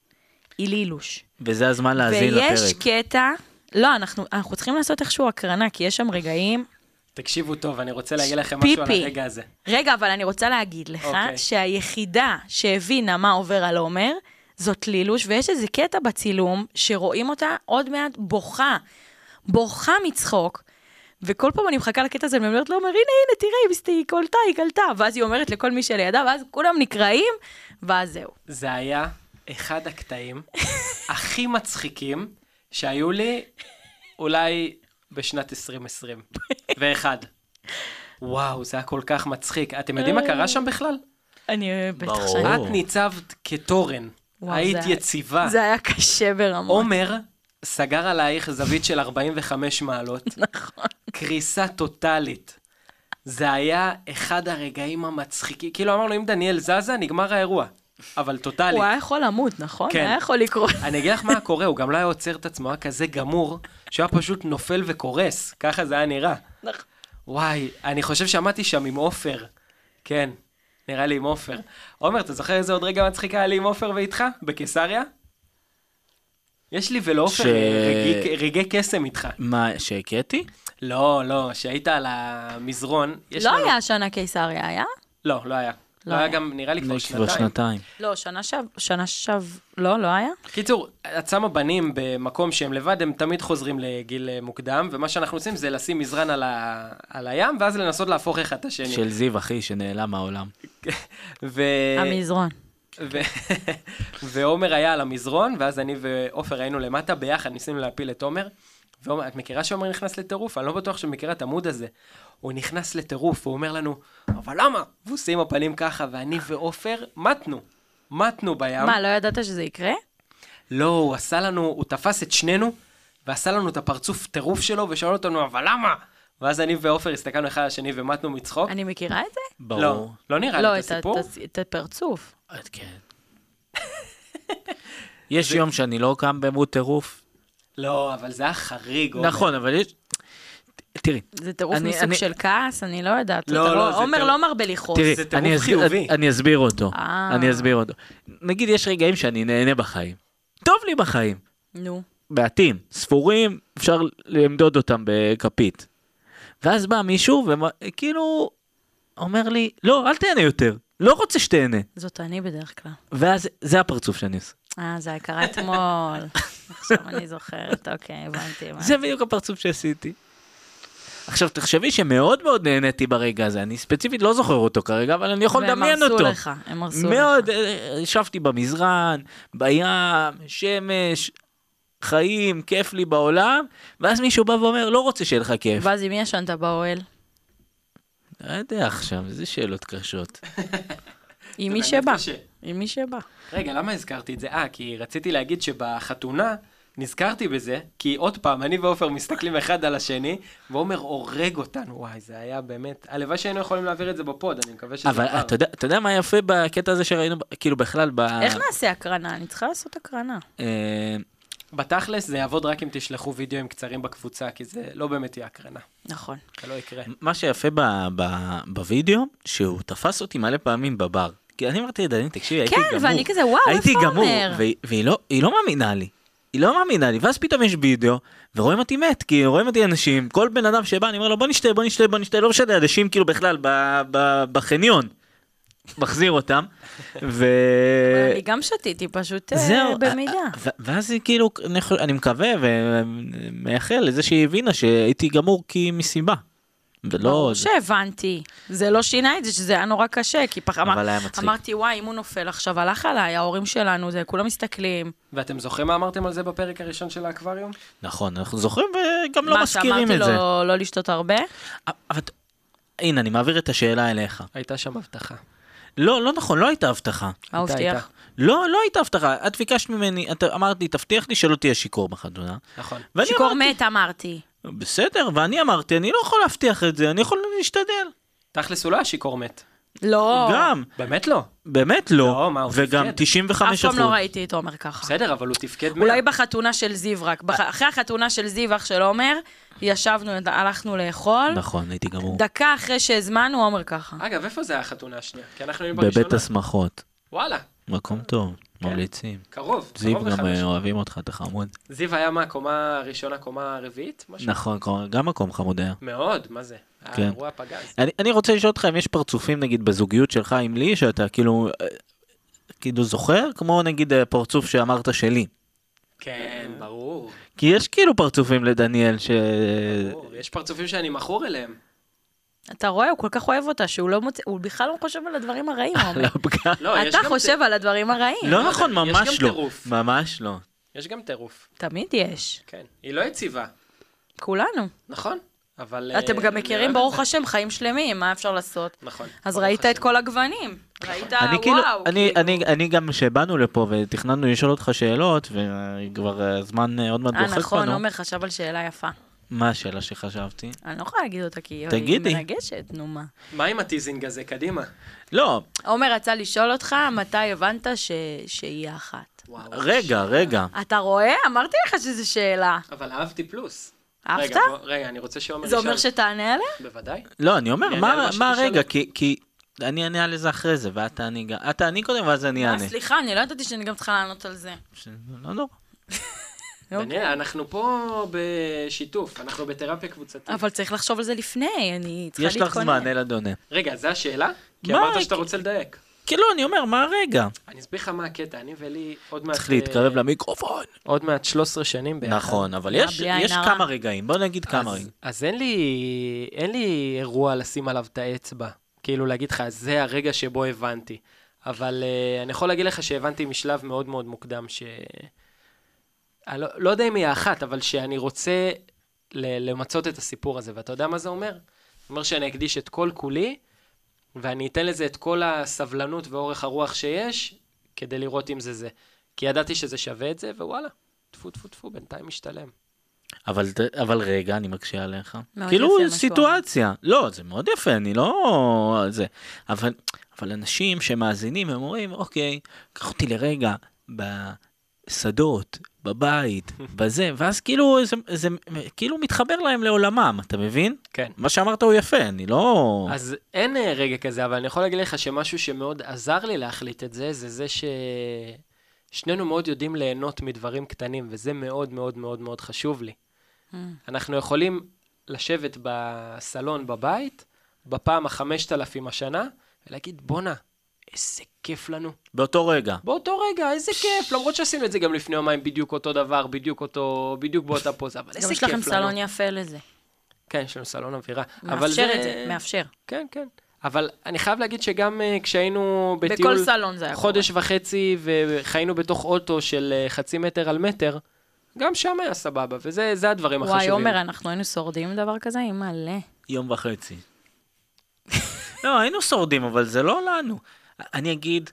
C: היא לילוש.
A: וזה הזמן להאזין
C: ויש
A: לפרק.
C: קטע, לא, אנחנו, אנחנו צריכים לעשות איכשהו הקרנה, כי יש שם רגעים...
B: תקשיבו טוב, אני רוצה להגיד לכם משהו על
C: פיפי.
B: הרגע הזה.
C: רגע, אבל אני רוצה להגיד לך
B: אוקיי.
C: okay. שהיחידה שהבינה מה עובר על עומר, זאת לילוש, ויש איזה קטע בצילום שרואים אותה עוד מעט בוכה, בוכה מצחוק. וכל פעם אני מחכה לקטע הזה, ואני אומרת לעומר, הנה, הנה, תראה, היא מסת- היא קולטה, היא קלטה, ואז היא אומרת לכל מי שלידה, ואז כולם נקרעים, ואז זהו.
B: זה היה אחד הקטעים הכי מצחיקים שהיו לי אולי בשנת 2020. ואחד. וואו, זה היה כל כך מצחיק. אתם יודעים מה
C: אה.
B: קרה שם בכלל?
C: אני בטח
A: ברור.
C: שאני...
B: את ניצבת כתורן.
C: וואו,
B: היית
C: זה-
B: יציבה.
C: זה היה קשה ברמות.
B: עומר סגר עלייך זווית של 45 מעלות.
C: נכון.
B: קריסה טוטאלית. זה היה אחד הרגעים המצחיקים. כאילו אמרנו, אם דניאל זזה, נגמר האירוע. אבל טוטאלית.
C: הוא היה יכול למות, נכון?
B: כן.
C: היה יכול לקרות.
B: אני אגיד לך מה קורה, הוא גם לא היה עוצר את עצמו, היה כזה גמור, שהוא היה פשוט נופל וקורס. ככה זה היה נראה.
C: נכון.
B: וואי, אני חושב שעמדתי שם עם עופר. כן, נראה לי עם עופר. עומר, אתה זוכר איזה עוד רגע מצחיק היה לי עם עופר ואיתך? בקיסריה? יש לי ולעופר
A: ש-
B: רגעי- רגעי קסם איתך.
A: מה, שהקראתי?
B: לא, לא, שהיית על המזרון. יש
C: לא
B: לנו-
C: היה השנה קיסריה, היה?
B: לא, לא היה. לא היה
C: היה.
B: גם, נראה לי כבר
A: כבר
B: שנתיים.
A: שנתיים.
C: לא, שנה שב... שנה שב... לא, לא היה?
B: קיצור, את שמה בנים במקום שהם לבד, הם תמיד חוזרים לגיל אה, מוקדם, ומה שאנחנו עושים זה לשים מזרן על, ה... על הים, ואז לנסות להפוך אחד את השני.
A: של זיו, אחי, שנעלם מהעולם.
B: ו...
C: המזרון.
B: ו... ועומר היה על המזרון, ואז אני ועופר היינו למטה ביחד, ניסינו להפיל את עומר. ועומר, את מכירה שעומר נכנס לטירוף? אני לא בטוח שאת מכירה את המוד הזה. הוא נכנס לטירוף, הוא אומר לנו, אבל למה? והוא עושה עם הפנים ככה, ואני ועופר מתנו. מתנו בים.
C: מה, לא ידעת שזה יקרה?
B: לא, הוא עשה לנו, הוא תפס את שנינו, ועשה לנו את הפרצוף טירוף שלו, ושאל אותנו, אבל למה? ואז אני ועופר הסתכלנו אחד על השני ומתנו מצחוק.
A: אוקיי.
C: אני מכירה את זה?
A: ברור.
B: לא, לא נראה
C: לא,
B: לי את
C: את ה-
B: הסיפור.
C: את ה- את הפרצוף.
A: את כן. יש יום שאני לא קם במות טירוף.
B: לא, אבל זה היה חריג. עומר.
A: נכון, אבל יש... תראי,
C: זה טירוף
A: אני-
C: מסוג
A: אני-
C: של כעס? אני לא יודעת.
B: לא,
C: אתה
B: לא, זה
C: עומר
B: טירוף.
C: לא מרבה לכעוס.
A: תראי,
B: זה טירוף
A: אני אסביר-
B: חיובי.
A: אני אסביר אותו.
C: אה.
A: אני אסביר אותו. נגיד יש רגעים שאני נהנה בחיים. טוב לי בחיים.
C: נו.
A: מעטים, ספורים, אפשר למדוד אותם בכפית. ואז בא מישהו וכאילו אומר לי, לא, אל תהנה יותר, לא רוצה שתהנה.
C: זאת אני בדרך כלל.
A: ואז זה הפרצוף שאני עושה.
C: אה, זה היה קרה אתמול. עכשיו אני זוכרת, אוקיי, הבנתי. הבנתי.
A: זה בדיוק הפרצוף שעשיתי. עכשיו תחשבי שמאוד מאוד נהניתי ברגע הזה, אני ספציפית לא זוכר אותו כרגע, אבל אני יכול לדמיין אותו.
C: והם הרסו לך, הם הרסו לך.
A: מאוד, אה, ישבתי במזרן, בים, שמש, חיים, כיף לי בעולם, ואז מישהו בא ואומר, לא רוצה שיהיה לך כיף.
C: ואז עם מי ישנת באוהל?
A: לא יודע עכשיו, איזה שאלות קשות.
C: עם
B: זה
C: מי
B: באמת
C: שבא.
B: קשה.
C: עם מי שבא.
B: רגע, למה הזכרתי את זה? אה, כי רציתי להגיד שבחתונה נזכרתי בזה, כי עוד פעם, אני ועופר מסתכלים אחד על השני, ועומר הורג אותנו. וואי, זה היה באמת... הלוואי שהיינו יכולים להעביר את זה בפוד, אני מקווה שזה
A: אבל
B: עבר.
A: אתה יודע- אתה יודע מה יפה בקטע הזה שראינו, ב- כאילו בכלל, ב...
C: איך לא? נעשה הקרנה? אני צריכה לעשות הקרנה.
A: אה,
B: בתכלס זה יעבוד רק אם תשלחו וידאוים קצרים בקבוצה, כי זה לא באמת יהיה הקרנה.
C: נכון.
B: זה לא יקרה.
A: מה שיפה ב- ב- בווידאו, שהוא תפס אותי מלא פעמים בבר. כי אני אמרתי לדני, תקשיבי, הייתי
C: כן,
A: גמור.
C: ואני כזה, "וואו,
A: הייתי
C: איפה
A: גמור,
C: עומר?"
A: והיא- והיא לא- היא לא מאמינה לי. היא לא מאמינה לי, ואז פתאום יש וידאו, ורואים אותי מת, כי רואים אותי אנשים, כל בן אדם שבא, אני אומר לו, בוא נשתה, בוא נשתה, בוא נשתה, לא משנה, אנשים כאילו בכלל ב- ב- בחניון, מחזיר אותם, ו...
C: אבל אני גם שתיתי, פשוט אה,
A: אה. זהו,
C: במידה.
A: ו- ואז היא כאילו, אני יכול- אני מקווה ומייחל לזה שהיא הבינה שהייתי גמור כי מסיבה. ולא...
C: ברור שהבנתי. זה לא שינה את זה, שזה היה נורא קשה, כי פח...
A: אבל
C: אמר-
A: היה מצחיק.
C: אמרתי, וואי, אם הוא נופל עכשיו, הלך עליי, ההורים שלנו, זה, כולם מסתכלים.
B: ואתם זוכרים מה אמרתם על זה בפרק הראשון של האקווריום?
A: נכון, אנחנו זוכרים וגם לא
C: מה,
A: מזכירים את
C: שאמרתי
A: זה.
C: לו לא לשתות הרבה?
A: אבל ת- הנה, אני מעביר את השאלה אליך.
B: הייתה שם הבטחה.
A: לא, לא נכון, לא הייתה הבטחה.
C: מה הוא
B: הייתה,
C: הבטיח?
A: לא, לא הייתה הבטחה. את ביקשת ממני, את אמרת לי, תבטיח לי שלא תהיה שיכור בחתונה.
B: נכון.
A: ואני
C: שיכור
A: אמרתי,
C: מת, אמרתי.
A: בסדר, ואני אמרתי, אני לא יכול להבטיח את זה, אני יכול להשתדל.
B: תכלס הוא לא היה שיכור מת.
C: לא.
A: גם,
B: באמת לא.
A: באמת לא.
B: לא, מה, הוא
A: וגם
B: תפקד.
A: 95
C: אף פעם לא ראיתי את עומר ככה.
B: בסדר, אבל הוא תפקד מאה.
C: אולי בחתונה של זיו רק. בח- אחרי החתונה של זיו, אח של עומר, ישבנו, הלכנו לאכול.
A: נכון, הייתי גמור.
C: דקה אחרי שהזמנו, עומר ככה.
B: אגב, איפה זה היה החתונה השנייה? כי אנחנו היינו
A: בבית
B: בראשונה.
A: השמחות,
B: וואלה,
A: מקום טוב, ממליצים.
B: כן. קרוב.
A: זיו
B: קרוב
A: גם
B: לחמש.
A: אה, אוהבים אותך, אתה חמוד.
B: זיו היה מה, קומה ראשונה, קומה רביעית? משהו?
A: נכון, כלומר, גם מקום חמוד היה.
B: מאוד, מה זה?
A: כן.
B: האירוע פגז.
A: אני, אני רוצה לשאול אותך אם יש פרצופים נגיד בזוגיות שלך עם לי שאתה כאילו אה, כאילו זוכר כמו נגיד אה, פרצוף שאמרת שלי
B: כן, ברור.
A: כי יש כאילו פרצופים לדניאל ש...
B: ברור. יש פרצופים שאני מכור אליהם.
C: אתה רואה, הוא כל כך אוהב אותה, שהוא לא מוצא, הוא בכלל לא חושב על הדברים הרעים,
A: על
C: עומר.
A: הפגם.
B: לא, יש
C: אתה
B: גם
C: חושב על הדברים הרעים.
A: לא נכון
B: יש גם
A: ממש לא
B: טירוף.
A: ממש לא
B: יש גם טירוף,
C: תמיד יש.
B: כן. היא לא יציבה,
C: כולנו.
B: נכון? אבל...
C: אתם
B: אה,
C: גם
B: אני
C: מכירים,
B: אוהב
C: ברוך
B: את זה.
C: השם, חיים שלמים, מה אפשר לעשות?
B: נכון.
C: אז
B: ברוך
C: ראית את
B: השם.
C: כל הגוונים. ראית,
B: אה,
A: אני כאילו
C: וואו.
A: אני
C: כאילו.
A: אני אני גם שבאנו לפה ותכננו לשאול אותך שאלות וכבר אה, הזמן אה, עוד מעט
C: אה,
A: דוחק
C: נכון,
A: בנו
C: עומר חשב על שאלה יפה.
A: מה השאלה שחשבתי
C: אני לא יכולה להגיד אותה, כי היא
A: תגידי.
C: מרגשת, נו מה.
B: מה עם הטיזינג הזה? קדימה.
A: לא
C: עומר רצה לשאול אותך מתי הבנת ש... שהיא אחת.
B: וואו.
A: רגע רגע
C: אתה רואה? אמרתי לך שזו שאלה.
B: אבל אהבתי פלוס.
C: אהבת?
B: רגע, בוא- רגע, אני רוצה שעומר
C: זה אומר
B: ישאל.
C: שתענה עליה?
B: בוודאי.
A: לא, אני אומר,
B: אני אענה על
A: מה,
B: מה
A: מה
B: שתשאל
A: רגע,
B: אותי.
A: כי, כי אני אענה על זה אחרי זה, ואת תעני גם. את תעני קודם ואז אני
C: אה,
A: אענה.
C: סליחה, אני לא ידעתי שאני גם צריכה לענות על זה.
A: ש- לא נורא.
C: אוקיי.
B: דניאל, אנחנו פה בשיתוף, אנחנו בתרפיה קבוצתית.
C: אבל צריך לחשוב על זה לפני, אני צריכה
A: יש
C: להתכונן.
A: לך זמן, אה? אלעד עונה.
B: רגע, זו השאלה? כי
A: מה?
B: אמרת
A: כי-
B: שאתה רוצה לדייק.
A: כי לא, אני אומר, מה רגע?
B: אני אסביר לך מה הקטע, אני ולי עוד מעט...
A: צריך
B: אה,
A: להתקרב למיקרופון.
B: עוד מעט 13 שנים ביחד.
A: נכון, אבל
C: אה,
A: יש
C: בלי עין
A: יש
C: הרע.
A: כמה רגעים, בוא נגיד כמה
B: אז,
A: רגעים.
B: אז אין לי, אין לי אירוע לשים עליו את האצבע. כאילו להגיד לך, זה הרגע שבו הבנתי. אבל uh, אני יכול להגיד לך שהבנתי משלב מאוד מאוד מוקדם, ש... אני לא, לא יודע אם היא האחת, אבל שאני רוצה ל- למצות את הסיפור הזה. ואתה יודע מה זה אומר? זה אומר שאני אקדיש את כל כולי, ואני אתן לזה את כל הסבלנות ואורך הרוח שיש, כדי לראות אם זה זה. כי ידעתי שזה שווה את זה, ווואלה, טפו טפו טפו, בינתיים משתלם.
A: אבל ת- אבל רגע, אני מקשה עליך.
C: מאוד
A: כאילו,
C: יפה, מה
A: סיטואציה. לא, זה מאוד יפה, אני לא... זה. אבל אבל אנשים שמאזינים, הם אומרים, אוקיי, קח אותי לרגע ב- שדות, בבית, בזה, ואז כאילו זה, זה כאילו מתחבר להם לעולמם, אתה מבין?
B: כן.
A: מה שאמרת הוא יפה, אני לא...
B: אז אין אה, רגע כזה, אבל אני יכול להגיד לך שמשהו שמאוד עזר לי להחליט את זה, זה זה ששנינו מאוד יודעים ליהנות מדברים קטנים, וזה מאוד מאוד מאוד מאוד חשוב לי.
C: אה.
B: אנחנו יכולים לשבת בסלון בבית, בפעם החמשת אלפים השנה, ולהגיד, בואנה, איזה כיף לנו.
A: באותו רגע.
B: באותו רגע, איזה כיף. למרות שעשינו את זה גם לפני יומיים, בדיוק אותו דבר, בדיוק אותו, בדיוק באותה פוזה, אבל איזה
C: גם
B: כיף
C: יש
B: לנו.
C: לכם סלון יפה לזה.
B: כן, יש לנו סלון אווירה. אבל
C: מאפשר את זה, מאפשר.
B: כן, כן. אבל אני חייב להגיד שגם אה, כשהיינו בטיול...
C: בכל סלון זה היה קורה.
B: חודש וחצי, וחיינו בתוך אוטו של אה, חצי מטר על מטר, גם שם היה סבבה, וזה זה הדברים
C: וואי,
B: החשובים.
C: עומר, אנחנו היינו שורדים דבר כזה? היא מלא.
A: יום וחצי. לא, היינו שורדים, אבל זה לא לנו. אני אגיד,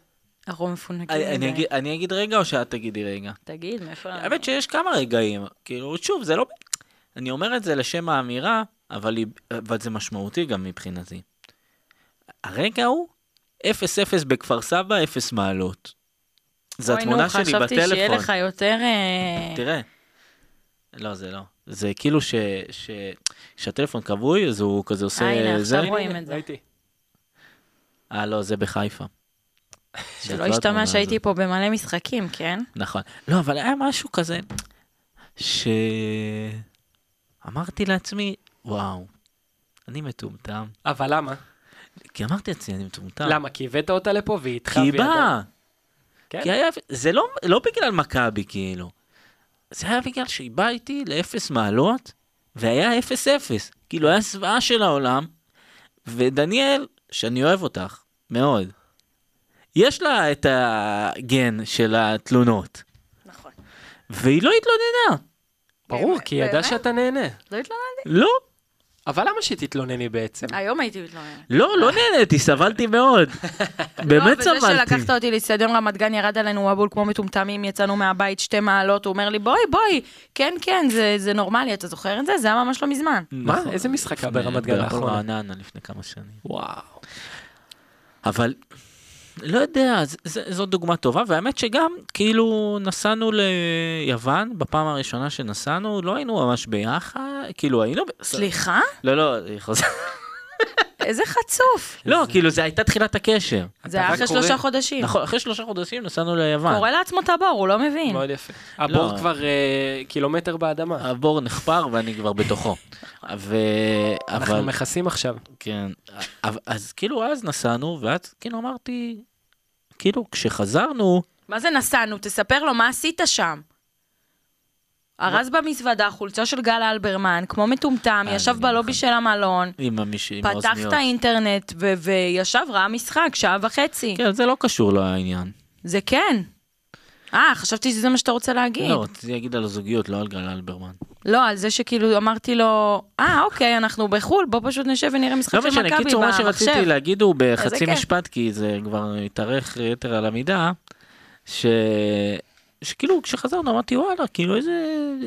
C: אנחנו מפונקים.
A: אני אני
C: מדי.
A: אגיד, אני אגיד רגע או שאת תגידי רגע?
C: תגיד, מאיפה...
A: האמת שיש כמה רגעים, כאילו, שוב, זה לא... אני אומר את זה לשם האמירה, אבל, היא- אבל זה משמעותי גם מבחינתי. הרגע הוא 0-0 בכפר סבא, 0 מעלות. זו
C: אוי, נו,
A: התמונה שלי בטלפון.
C: חשבתי שיהיה לך יותר... אה,
A: תראה. לא, זה לא. זה כאילו ש... ש... שהטלפון כבוי, אז הוא כזה עושה...
C: אה, הנה,
A: זה.
C: עכשיו רואים את זה.
B: ראיתי.
A: אה, לא, זה בחיפה. זאת
C: שלא
A: לא התמונה
C: ישתמע
A: הזאת.
C: שהייתי פה במלא משחקים, כן?
A: נכון. לא, אבל היה משהו כזה, ש... אמרתי לעצמי, וואו, אני מטומטם.
B: אבל למה?
A: כי אמרתי לעצמי, אני מטומטם.
B: למה? כי הבאת אותה לפה והיא איתך.
A: כי היא
B: והיא עדיין-
A: באה.
B: כן.
A: כי היה... זה לא, לא בגלל מכבי, כאילו. זה היה בגלל שהיא באה איתי לאפס מעלות, והיה אפס אפס. כאילו, היה זוועה של העולם. ודניאל, שאני אוהב אותך, מאוד. יש לה את הגן של התלונות,
C: נכון.
A: והיא לא התלוננה.
B: ברור, כי היא ידעה
C: כן, באמת?
B: שאתה נהנה.
C: לא התלוננתי.
A: לא,
B: אבל למה שתתלונני בעצם?
C: היום הייתי מתלוננת.
A: לא, לא נהניתי, סבלתי מאוד. באמת
C: לא, וזה
A: סבלתי.
C: שלקחת אותי לאצטדיון רמת גן, ירד עלינו מבול כמו מטומטמים, יצאנו מהבית שתי מעלות, הוא אומר לי, בואי, בואי, כן, כן, זה- זה נורמלי, אתה זוכר את זה? זה היה ממש לא מזמן.
B: מה?
A: נכון.
B: איזה משחק היה
A: לפני-
B: ברמת גן
A: בהפועל
B: האחרונה?
A: רעננה לפני כמה שנים.
B: וואו.
A: אבל לא יודע, ז, ז, זו דוגמה טובה, והאמת שגם כאילו נסענו ליוון, בפעם הראשונה שנסענו, לא היינו ממש ביחד, כאילו היינו... ב-
C: סליחה?
A: לא, לא, היא חוזרת.
C: איזה חצוף.
A: לא, כאילו זה הייתה תחילת הקשר.
C: זה היה
B: רק
C: אחרי
B: קורא-
C: שלושה חודשים.
A: נכון, אחרי שלושה חודשים נסענו ליוון.
C: קורא לעצמו את הבור, הוא לא מבין.
B: מאוד יפה.
A: לא.
B: הבור כבר אה, קילומטר באדמה.
A: הבור נחפר ואני כבר בתוכו. ו...
B: אנחנו
A: אבל...
B: מכסים עכשיו.
A: כן. אבל- אז כאילו אז נסענו, ואז כאילו אמרתי, כאילו כשחזרנו,
C: מה זה נסענו? תספר לו מה עשית שם. ארז במזוודה חולצה של גל אלברמן, כמו מטומטם,
A: אה,
C: ישב
A: אני
C: בלובי של המלון,
A: עם המישהי, עם
C: פתח
A: האוזניות.
C: את האינטרנט ו- וישב, ראה משחק, שעה וחצי.
A: כן, זה לא קשור לעניין.
C: זה כן. אה, חשבתי שזה מה שאתה רוצה
B: כן.
C: להגיד.
A: לא, רציתי להגיד על הזוגיות, לא על גל אלברמן.
C: לא, על זה שכאילו אמרתי לו, אה, אוקיי, אנחנו בחו"ל, בוא פשוט נשב ונראה משחק
A: לא
C: של
A: משנה,
C: מכבי
A: קיצור, מה שרציתי
C: במחשב.
A: להגיד הוא
C: איזה
A: בחצי
C: כיף.
A: משפט, כי זה כבר התארך יתר על המידה, ש... שכאילו כשחזרנו אמרתי וואלה כאילו איזה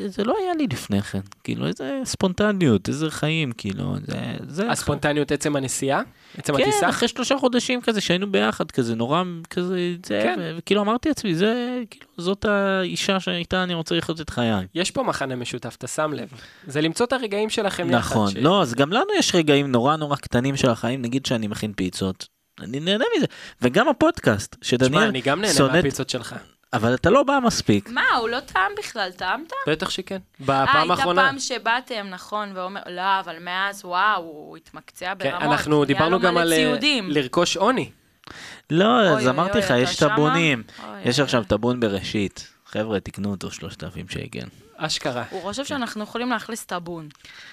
A: זה לא היה לי לפני כן כאילו איזה ספונטניות איזה חיים כאילו זה זה
B: הספונטניות עצם הנסיעה? עצם
A: כן
B: הטיסה?
C: נכון.
A: אחרי שלושה חודשים כזה שהיינו ביחד כזה נורא כזה זה
B: כן.
A: ו- וכאילו אמרתי לעצמי זה כאילו זאת האישה שהייתה אני רוצה לחיות את חיי.
B: יש פה מכנה משותף, אתה שם לב. זה למצוא את הרגעים שלכם יחד.
A: נכון,
B: ש-
A: לא, אז גם לנו יש רגעים נורא נורא קטנים של החיים, נגיד שאני מכין פיצות. אני נהנה מזה, וגם הפודקאסט,
B: תשמע,
A: שדניאל
B: אני גם נהנה
A: שונאת,
B: מהפיצות שלך.
A: אבל אתה לא בא מספיק.
C: מה, הוא לא טעם בכלל, טעמת?
B: בטח שכן.
C: אה,
B: בפעם
C: הייתה
B: האחרונה.
C: פעם שבאתם, נכון, ואומר, לא, אבל מאז, וואו, הוא התמקצע
B: כן,
C: ברמות.
B: אנחנו דיברנו גם על אה,
C: היה לו מלא ציודים.
B: לרכוש עוני.
A: לא,
C: אוי,
A: אז
C: אוי,
A: אמרתי
C: אוי,
A: לך,
C: אתה
A: יש
C: שמה?
A: טאבונים.
C: אוי,
A: יש
C: אוי,
A: עכשיו טאבון בראשית. חבר'ה, תקנו אותו 3,000 שקל.
B: אשכרה.
C: הוא חושב שאנחנו יכולים לאכלס טאבון.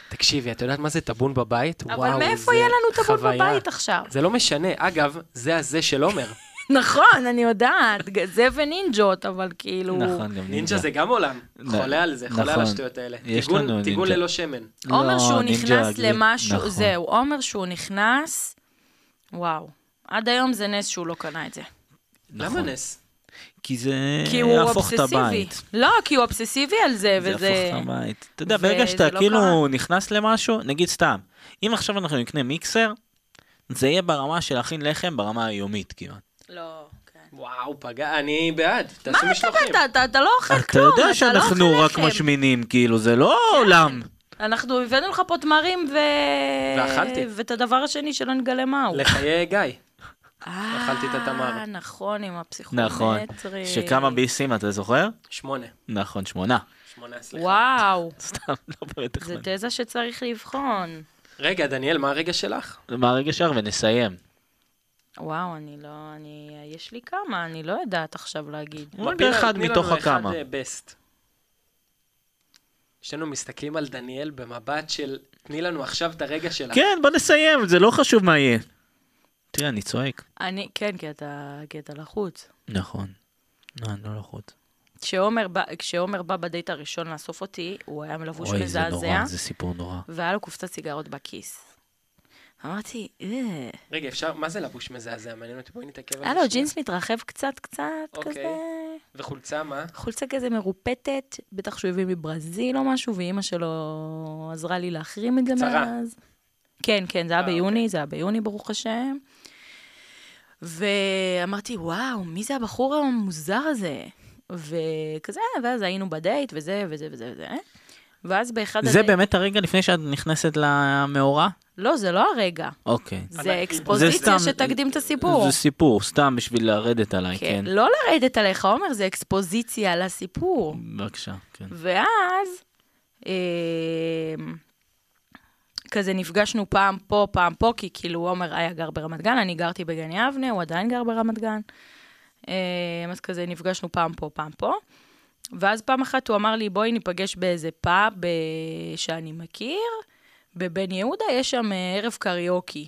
B: תקשיבי, את יודעת מה זה טאבון בבית?
C: אבל
B: וואו,
C: מאיפה
B: זה
C: יהיה לנו טאבון
B: חוויה.
C: בבית עכשיו?
B: זה לא משנה. אגב, זה הזה של עומר.
C: נכון, אני יודעת, זה ונינג'ות, אבל כאילו...
A: נכון, גם
B: נינג'ה זה גם עולם.
A: לא.
B: חולה על זה, חולה על
A: נכון.
B: השטויות האלה.
A: יש
B: טיגון-
A: לנו
B: טיגון
A: נינג'ה.
B: ללא שמן.
A: לא,
C: עומר שהוא
A: נינג'ה
C: נכנס
A: רגלית,
C: למשהו,
A: נכון.
C: זהו, עומר שהוא נכנס, וואו. עד היום זה נס שהוא לא קנה את זה.
A: אה,
B: למה
A: נכון.
B: נס?
A: כי זה
C: כי הוא
A: יהפוך את
C: אובססיבי.
A: הבית.
C: לא, כי הוא אובססיבי על זה,
A: זה
C: וזה...
A: יהפוך את הבית. אתה יודע,
C: וזה
A: ברגע שאתה
C: לא
A: כאילו נכנס למשהו, נגיד סתם, אם עכשיו אנחנו נקנה מיקסר, זה יהיה ברמה של להכין לחם ברמה היומית כמעט.
C: לא, כן.
B: וואו, פגע, אני בעד,
C: מה
B: תעשו
C: אתה
B: משלוחים.
C: אתה- אתה- אתה לא אוכל
A: אתה
C: כלום,
A: יודע
C: אתה לא
A: שאנחנו
C: אוכל
A: רק
C: לחם.
A: משמינים, כאילו, זה לא עולם.
C: אנחנו הבאנו לך פה תמרים ו...
B: ואכלתי.
C: ואת הדבר השני שלא נגלה מהו.
B: לחיי גיא.
C: אה,
B: אכלתי את התמר.
C: נכון, עם הפסיכומטרי.
A: נכון. שכמה ביסים, אתה זוכר?
B: שמונה.
A: נכון, שמונה.
B: שמונה, סליחה.
C: וואו,
A: סתם, לא באמת
C: זו
A: תכנן.
C: תזה שצריך לבחון.
B: רגע, דניאל, מה הרגע שלך?
A: מה הרגע שער ונסיים.
C: וואו, אני לא, אני, יש לי כמה, אני לא יודעת עכשיו להגיד.
A: רגע
B: בפינה,
A: אחד
B: לא, תני לנו
A: מתוך הכמה.
B: אחד אה, בסט. שנינו מסתכלים על דניאל במבט של, תני לנו עכשיו את הרגע שלך.
A: כן, בוא נסיים, זה לא חשוב מה יהיה. תראה, אני צועק.
C: אני, כן, כי אתה, כי אתה לחוץ.
A: נכון. לא, אני לא לחוץ.
C: כשעומר בא, כשעומר בא בדייט הראשון לאסוף אותי, הוא היה מלבוש
A: אוי, זה
C: מזעזע,
A: נורא, זה סיפור נורא.
C: והיה לו קופסת סיגרות בכיס. אמרתי, אה...
B: רגע, אפשר, מה זה לבוש מזעזע? מעניין אותי, בואי נתעכב על זה.
C: היה לו
B: שנייה.
C: ג'ינס מתרחב קצת קצת,
B: אוקיי.
C: כזה...
B: וחולצה, מה?
C: חולצה כזה מרופטת, בטח שהוא הביא מברזיל או משהו, ואימא שלו עזרה לי להחרים את זה
B: צרה.
C: מאז. כן, כן, זה היה
B: אה, אוקיי.
C: ביוני, זה היה ביוני, ברוך השם. ואמרתי, וואו, מי זה הבחור המוזר הזה? וכזה, ואז היינו בדייט, וזה, וזה, וזה, וזה. ואז באחד...
A: זה
C: הדייט-
A: באמת הרגע לפני שאת נכנסת למאורע?
C: לא, זה לא הרגע.
A: אוקיי.
B: זה
C: זה
A: סתם-
C: אקספוזיציה שתקדים את הסיפור.
A: זה סיפור, סתם בשביל לרדת עליי,
C: כן.
A: כן.
C: לא לרדת עליך, עומר, זה אקספוזיציה לסיפור.
A: בבקשה, כן.
C: ואז אמ, כזה נפגשנו פעם פה, פעם פה, כי כאילו עומר היה גר ברמת גן, אני גרתי בגן יבנה, הוא עדיין גר ברמת גן. אמ, אז כזה נפגשנו פעם פה, פעם פה. ואז פעם אחת הוא אמר לי, בואי ניפגש באיזה פאב אה, שאני מכיר, בבן יהודה יש שם אה, ערב קריוקי,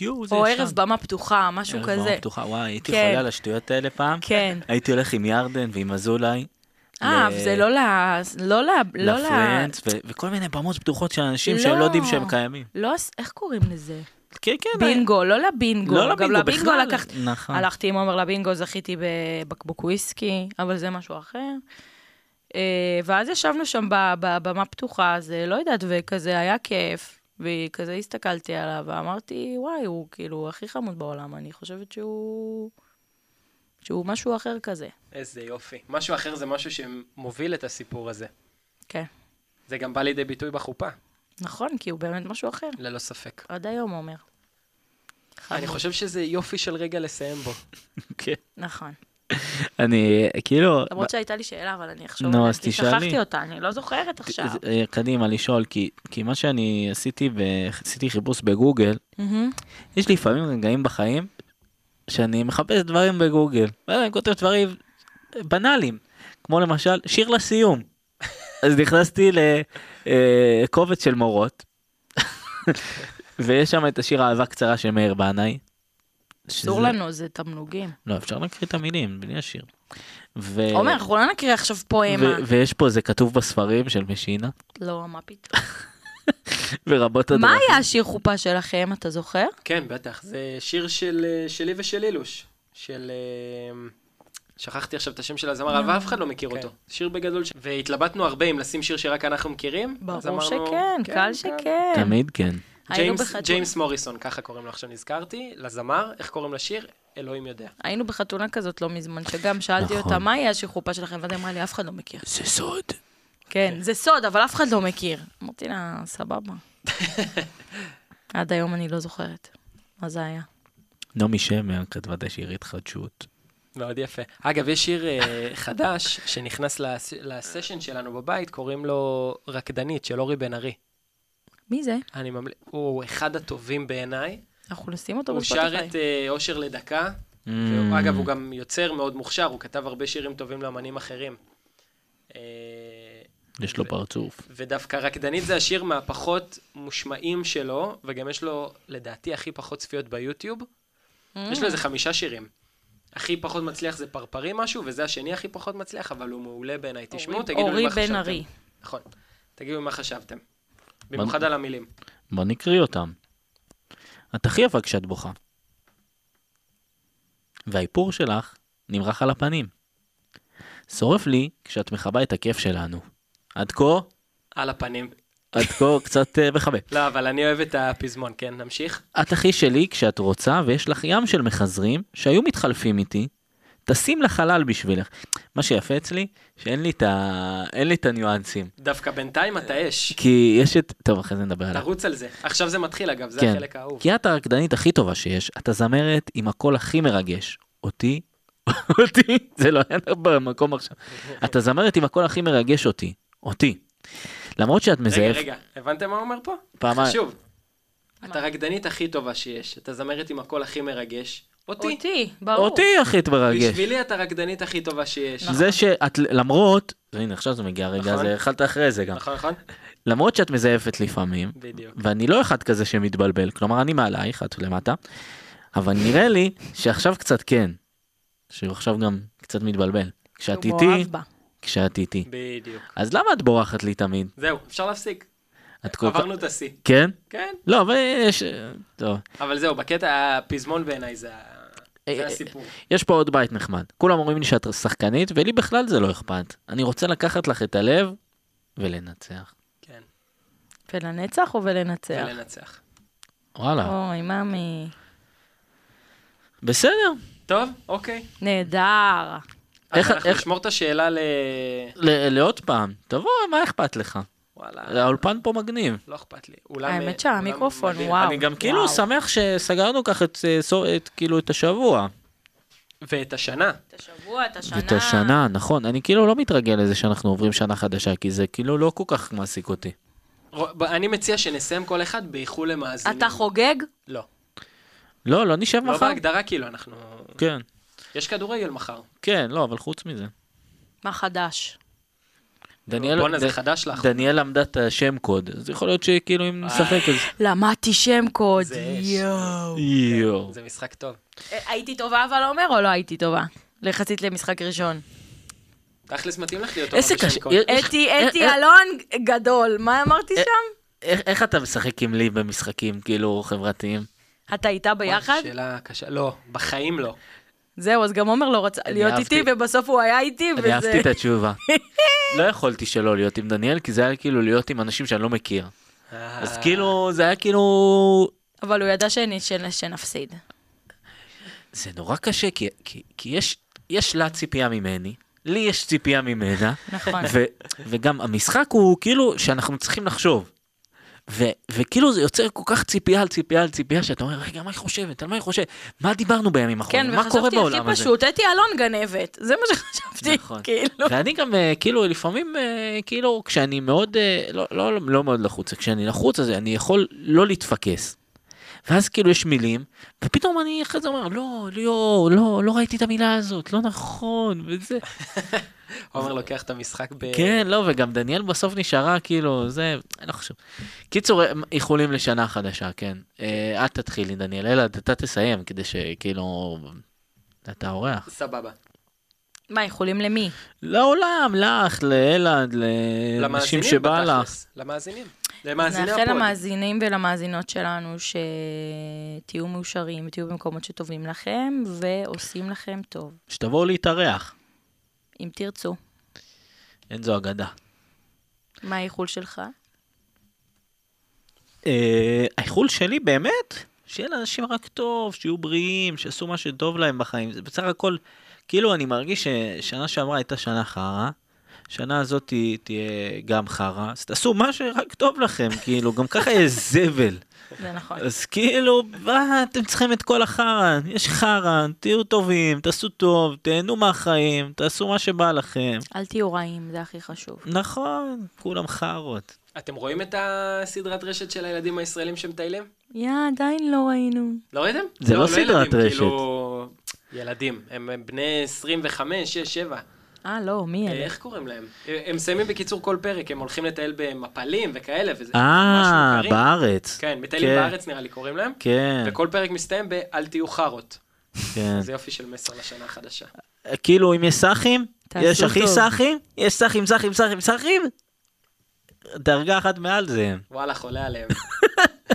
A: יואו, זה
C: או
A: ישן.
C: ערב במה פתוחה, משהו
A: ערב
C: כזה.
A: במה פתוחה, וואי, הייתי
C: כן.
A: חולה על השטויות האלה פעם.
C: כן.
A: הייתי הולך עם ירדן ועם אזולאי.
C: אה,
A: ל-
C: אבל זה לא ל... לא ל... לא ל...
A: לפרנץ, ו- וכל מיני במות פתוחות של אנשים
C: לא.
A: שהם לא יודעים שהם קיימים.
C: לא, הס- איך קוראים לזה?
A: כן, כן.
C: בינגו, לא לבינגו.
A: לא
C: גם
A: לבינגו,
C: לבינגו
A: בכלל.
C: לקחתי...
A: נכון.
C: הלכתי עם עומר לבינגו, זכיתי בבקבוק וויסקי, אבל זה משהו אחר. אה, ואז ישבנו שם ב- בבמה פתוחה, אז אה, לא יודעת, וכזה היה כיף, וכזה הסתכלתי עליו, ואמרתי, וואי, הוא כאילו הכי חמוד בעולם, אני חושבת שהוא... שהוא משהו אחר כזה.
B: איזה יופי. משהו אחר זה משהו שמוביל את הסיפור הזה.
C: כן.
B: זה גם בא לידי ביטוי בחופה,
C: נכון, כי הוא באמת משהו אחר.
B: ללא ספק.
C: עד היום, עומר.
A: אה.
B: אני חושב שזה יופי של רגע לסיים בו.
A: כן.
C: נכון.
A: אני, כאילו...
C: למרות שהייתה לי שאלה, אבל אני אחשוב
A: נו,
C: עליה,
A: אז
C: כי
A: תשאלי.
C: שכחתי אותה, אני לא זוכרת עכשיו.
A: אה, קדימה, לשאול, כי, כי מה שאני עשיתי, ב- עשיתי חיפוש בגוגל,
C: מהמם.
A: יש לי לפעמים רגעים בחיים שאני מחפש דברים בגוגל, ואז אני כותב דברים בנאליים, כמו למשל שיר לסיום. אז נכנסתי לקובץ של מורות, ויש שם את השיר אהבה קצרה של מאיר בנאי.
C: אסור
A: שזה-
C: לנו, זה תמלוגים.
A: לא, אפשר להקריא את המילים, בלי השיר. ו...
C: עומר, אנחנו לא נקריא עכשיו פואמה.
A: אה, ו- ויש פה, זה כתוב בספרים של משינה,
C: לא, מה פתאום?
A: ורבות הדרכים.
C: מה היה השיר חופה שלכם, אתה זוכר?
B: כן, בטח. זה שיר של, אה, שלי ושל אילוש. של... אה, שכחתי עכשיו את השם של הזמר, אבל אף אחד לא מכיר
A: כן.
B: אותו. שיר בגדול. ש- והתלבטנו הרבה אם לשים שיר שרק אנחנו מכירים. אז
C: ברור
B: אמרנו, כן.
C: שכן, קל שכן.
A: תמיד כן.
C: היינו
B: ג'יימס,
C: בחתונה-
B: ג'יימס מוריסון, ככה קוראים לו עכשיו, נזכרתי. לזמר, איך קוראים לשיר? אלוהים יודע.
C: היינו בחתונה כזאת לא מזמן, שגם שאלתי
A: נכון.
C: אותה, מה יהיה השיר חופה שלכם? ואז היא אמרה לי, אף אחד לא מכיר.
A: זה סוד.
C: כן, זה סוד, אבל אף אחד לא מכיר. אמרתי לה, סבבה. עד היום אני לא זוכרת. מה זה היה?
A: נעמי שמר כתבה את השיר התחדשות.
B: מאוד יפה. אגב, יש שיר אה, חדש שנכנס לס- לסשן שלנו בבית, קוראים לו רקדנית, של אורי בן ארי.
C: מי זה?
B: אני ממליץ, הוא אחד הטובים בעיניי.
C: אנחנו נשים אותו
B: הוא שר
C: בספוטיפיי.
B: את אה, אושר לדקה. והוא- אגב,
C: Mm.
B: הוא גם יוצר מאוד מוכשר, הוא כתב הרבה שירים טובים לאמנים אחרים. אה,
A: יש לו פרצוף.
B: ודווקא רקדנית זה השיר מהפחות מושמעים שלו, וגם יש לו, לדעתי, הכי פחות צפיות ביוטיוב.
C: Mm.
B: יש לו איזה חמישה שירים. הכי פחות מצליח זה פרפרים משהו, וזה השני הכי פחות מצליח, אבל הוא מעולה בעיניי. תשמעו,
C: אורי-
B: תגידו לי
C: אורי
B: מה
C: בן
B: חשבתם.
C: ארי.
B: נכון. תגידו לי מה חשבתם. במיוחד על המילים.
A: בוא נקריא אותם. את הכי יפה כשאת בוכה. והאיפור שלך נמרח על הפנים. שורף לי כשאת מכבה את הכיף שלנו. עד כה,
B: על הפנים.
A: עד כה קצת אה, מכבה.
B: לא, אבל אני אוהב את הפזמון, כן, נמשיך.
A: את אחי שלי כשאת רוצה ויש לך ים של מחזרים שהיו מתחלפים איתי, טסים לחלל בשבילך. מה שיפה אצלי, שאין לי את ה... אין לי את הניואנסים.
B: דווקא בינתיים אתה אש.
A: כי יש את... טוב, אחרי זה נדבר עליו.
B: תרוץ על זה. עכשיו זה מתחיל, אגב, זה
A: כן.
B: החלק האהוב.
A: כי את הרקדנית הכי טובה שיש, את הזמרת עם הקול הכי מרגש. אותי, אותי, זה לא היה במקום עכשיו. את הזמרת עם הקול הכי מרגש אותי, אותי. למרות שאת
B: רגע,
A: מזייף,
B: רגע, הבנתם מה הוא אומר פה?
A: פעמיים,
B: שוב, את
C: מה?
B: הרקדנית הכי טובה שיש, את הזמרת עם הקול הכי מרגש, אותי.
C: אותי, ברור.
A: אותי הכי תמרגש.
B: בשבילי את הרקדנית הכי טובה שיש.
C: נכון.
A: זה שאת למרות, הנה עכשיו זה מגיע רגע,
B: נכון.
A: זה אכלת אחרי זה גם.
B: נכון, נכון?
A: למרות שאת מזייפת לפעמים,
B: בדיוק.
A: ואני לא אחד כזה שמתבלבל, כלומר אני מעלייך, את למטה, אבל נראה לי שעכשיו קצת כן, שהוא עכשיו גם קצת מתבלבל. כשאת
C: הוא מאוהב
A: איתי,
C: בה.
A: כשאת איתי.
B: בדיוק.
A: אז למה את בורחת לי תמיד?
B: זהו, אפשר להפסיק.
A: את כל כך...
B: עברנו את השיא.
A: כן?
B: כן,
A: לא, אבל יש... טוב.
B: אבל זהו, בקטע הפזמון בעיניי זה ה-
A: אה, אה,
B: זה הסיפור.
A: יש פה עוד בית נחמד. כולם אומרים לי שאת שחקנית, ולי בכלל זה לא אכפת. אני רוצה לקחת לך את הלב ולנצח.
B: כן,
C: ולנצח או ולנצח?
B: ולנצח.
A: וואלה.
C: אוי, ממי.
A: בסדר.
B: טוב, אוקיי.
C: נהדר.
B: אז
A: איך-
B: אנחנו
A: איך-
B: נשמור את השאלה ל...
A: ל- לעוד פעם, תבוא, מה אכפת לך?
B: וואלה,
A: האולפן פה מגניב.
B: לא אכפת לי. אולם-
C: האמת
B: אולם
C: שהמיקרופון,
B: מדהים.
C: וואו.
A: אני גם כאילו
C: וואו.
A: שמח שסגרנו כך את, אה, סו- את כאילו את השבוע.
B: ואת השנה.
C: את השבוע, את השנה.
A: את השנה, נכון. אני כאילו לא מתרגל לזה שאנחנו עוברים שנה חדשה, כי זה כאילו לא כל כך מעסיק אותי.
B: ר- ב- אני מציע שנסיים כל אחד באיחול למאזינים.
C: אתה חוגג?
B: לא.
A: לא, לא נשב
B: לא
A: מחר.
B: בהגדרה, כאילו, אנחנו...
A: כן,
B: יש כדורגל מחר.
A: כן, לא, אבל חוץ מזה.
C: מה חדש?
A: דניאל,
B: בואנה, זה
A: לא- ד-
B: חדש לך.
A: דניאל למדה את השם קוד, אז יכול להיות שכאילו אם נשחק אז...
C: למדתי שם קוד.
B: זה אש.
C: יואו.
A: יואו.
B: זה משחק טוב.
C: אה, הייתי טובה אבל אומר או לא הייתי טובה? יחסית למשחק ראשון.
B: תכלס מתאים לך להיות טובה
A: איזה
B: בשם
A: קשה-
B: קוד.
A: יש-
C: אתי,
A: אה,
C: אתי
A: אה.
C: אלון גדול, מה אמרתי שם?
A: איך איך אתה משחק עם לי במשחקים כאילו חברתיים?
C: אתה איתה ביחד?
B: שאלה קשה. לא, בחיים לא.
C: זהו, אז גם עומר לא רצה
A: אני
C: להיות
A: אהבתי.
C: איתי, ובסוף הוא היה איתי,
A: אני אהבתי את
C: וזה...
A: התשובה. לא יכולתי שלא להיות עם דניאל, כי זה היה כאילו להיות עם אנשים שאני לא מכיר.
B: אה,
A: אז כאילו, זה היה כאילו...
C: אבל הוא ידע שאני- שנ- שנפסיד.
A: זה נורא קשה, כי, כי, כי יש, יש לה ציפייה ממני, לי יש ציפייה ממנה,
C: נכון.
A: ו, וגם המשחק הוא כאילו שאנחנו צריכים לחשוב. ו, וכאילו זה יוצר כל כך ציפייה על ציפייה על ציפייה, שאתה אומר, רגע, מה היא חושבת? על מה היא חושבת? מה דיברנו בימים
C: כן,
A: האחרונים? מה קורה
C: וחשבתי
A: בעולם
C: הכי
A: הזה?
C: פשוט, אתי אלון גנבת. זה מה שחשבתי,
A: נכון.
C: כאילו.
A: ואני גם אה, כאילו לפעמים אה, כאילו כשאני מאוד אה, לא, לא, לא מאוד לחוץ כשאני לחוץ אז אני יכול לא להתפקס. ואז כאילו יש מילים ופתאום אני אחרי זה אומר לא לא לא לא ראיתי את המילה הזאת לא נכון וזה
B: עומר לוקח את המשחק ב...
A: כן לא וגם דניאל בסוף נשארה כאילו זה לא חשוב. קיצור אה, איחולים לשנה חדשה כן אה, את תתחילי דניאל אלא אתה תסיים כדי שכאילו אתה אורח.
B: סבבה.
C: מה, איחולים למי?
A: לעולם, לך, לאלעד, לאנשים
B: למאזינים
A: שבא לך.
B: בתכלס. למאזינים. למאזיני
C: נאחל
B: הפוד.
C: למאזינים ולמאזינות שלנו שתהיו מאושרים, תהיו במקומות שטובים לכם, ועושים לכם טוב,
A: שתבואו להתארח.
C: אם תרצו.
A: אין זו אגדה.
C: מה האיחול שלך?
A: אה, האיחול שלי באמת, שיהיה לאנשים רק טוב, שיהיו בריאים, שיעשו מה שטוב להם בחיים. זה בסך הכל, כאילו אני מרגיש ששנה שעברה הייתה שנה חרא, שנה הזאת תה- תהיה גם חרא, אז תעשו מה שרק טוב לכם, כאילו, גם ככה יש זבל.
C: זה נכון.
A: אז כאילו, מה, אתם צריכים את כל החרא, יש חרא, תהיו טובים, תעשו טוב, תהנו מהחיים, תעשו מה שבא לכם.
C: אל תהיו רעים, זה הכי חשוב.
A: נכון, כולם חארות.
B: אתם רואים את הסדרת רשת של הילדים הישראלים שמטיילים?
C: יא, עדיין לא ראינו.
B: לא ראיתם?
A: זה לא סדרת
B: ילדים,
A: רשת.
B: כאילו... ילדים, הם הם בני 25, 6, 7.
C: אה, לא, מי אלה?
B: איך קוראים להם? הם מסיימים בקיצור כל פרק, הם הולכים לטייל במפלים וכאלה, וזה ממש
A: אה,
B: מוכרים.
A: בארץ.
B: כן, מטיילים בארץ נראה לי קוראים להם.
A: כן,
B: וכל פרק מסתיים ב"אל תהיו חארות".
A: כן.
B: זה יופי של מסר לשנה החדשה.
A: כאילו, אם יש סאחים,
C: תעשו
A: יש הכי
C: טוב.
A: סאחים, יש סאחים, סאחים, סאחים, סאחים, דרגה אחת מעל זה.
B: וואלה, חולה עליהם.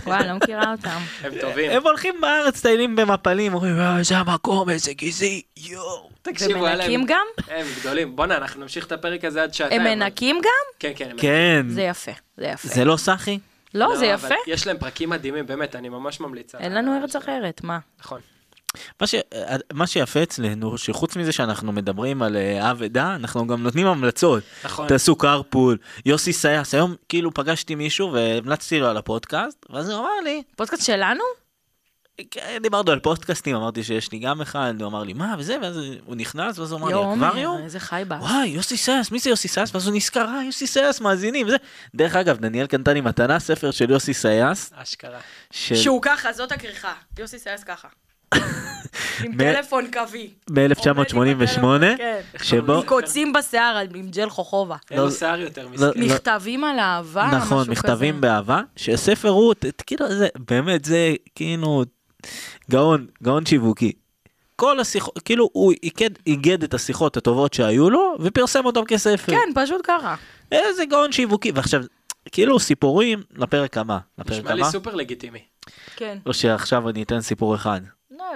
C: וואי, לא מכירה אותם.
B: הם טובים.
A: הם הולכים בארץ, טיילים במפלים, אומרים, "אה, זה המקום, איזה גזעי, יואו.
B: תקשיבו, היה להם-
C: ומנקים גם?
B: הם גדולים. בואנה, אנחנו נמשיך את הפרק הזה עד שעתיים.
C: הם
B: אבל-
C: מנקים גם?
B: כן, כן. הם
A: כן.
C: זה יפה, זה יפה.
A: זה לא סחי?
C: לא, זה
B: אבל
C: יפה.
B: יש להם פרקים מדהימים, באמת, אני ממש ממליצה.
C: אין לנו ארץ אחרת, מה?
B: נכון.
A: מה, ש... אה, מה שיפה אצלנו, שחוץ מזה שאנחנו מדברים על אה, אבדה, אנחנו גם נותנים המלצות.
B: נכון.
A: תעשו קרפול, יוסי סייס, היום כאילו פגשתי מישהו והמלצתי לו על הפודקאסט, ואז הוא אמר לי,
C: פודקאסט שלנו?
A: כן, דיברנו על פודקאסטים, אמרתי שיש לי גם אחד, הוא אמר לי, מה, וזה, ואז הוא נכנס, ואז הוא אמר
C: יואו,
A: לי,
C: עומר,
A: אקווריום?
C: אה, איזה חי בה.
A: וואי, יוסי סייס, מי זה יוסי סייס? ואז הוא נזכר, אה, יוסי סייס, מאזינים, וזה. דרך אגב, דניאל קנתה לי מתנה ספר של יוסי סייס,
B: אשכרה.
A: של...
C: שהוא ככה, זאת הכריכה. יוסי סייס ככה. עם
A: מ-
C: טלפון קווי.
A: מ-1988,
C: עומד עם הטלפון, כן.
A: שבו...
C: עם קוצים בשיער עם ג'ל חוכובה.
B: אין לו שיער יותר, מסכן.
A: לא.
C: מכתבים על אהבה, משהו כזה.
A: נכון, מכתבים באהבה, שהספר הוא, ת- ת- כאילו, זה, באמת, זה כאילו גאון, גאון שיווקי. כל השיחות, כאילו, הוא איגד, איגד את השיחות הטובות שהיו לו, ופרסם אותם כספר.
C: כן, פשוט ככה.
A: איזה גאון שיווקי. ועכשיו, כאילו, סיפורים לפרק הבא. לפרק
B: נשמע לי
A: הבא,
B: סופר לגיטימי.
C: כן. לא
A: או שעכשיו אני אתן סיפור אחד.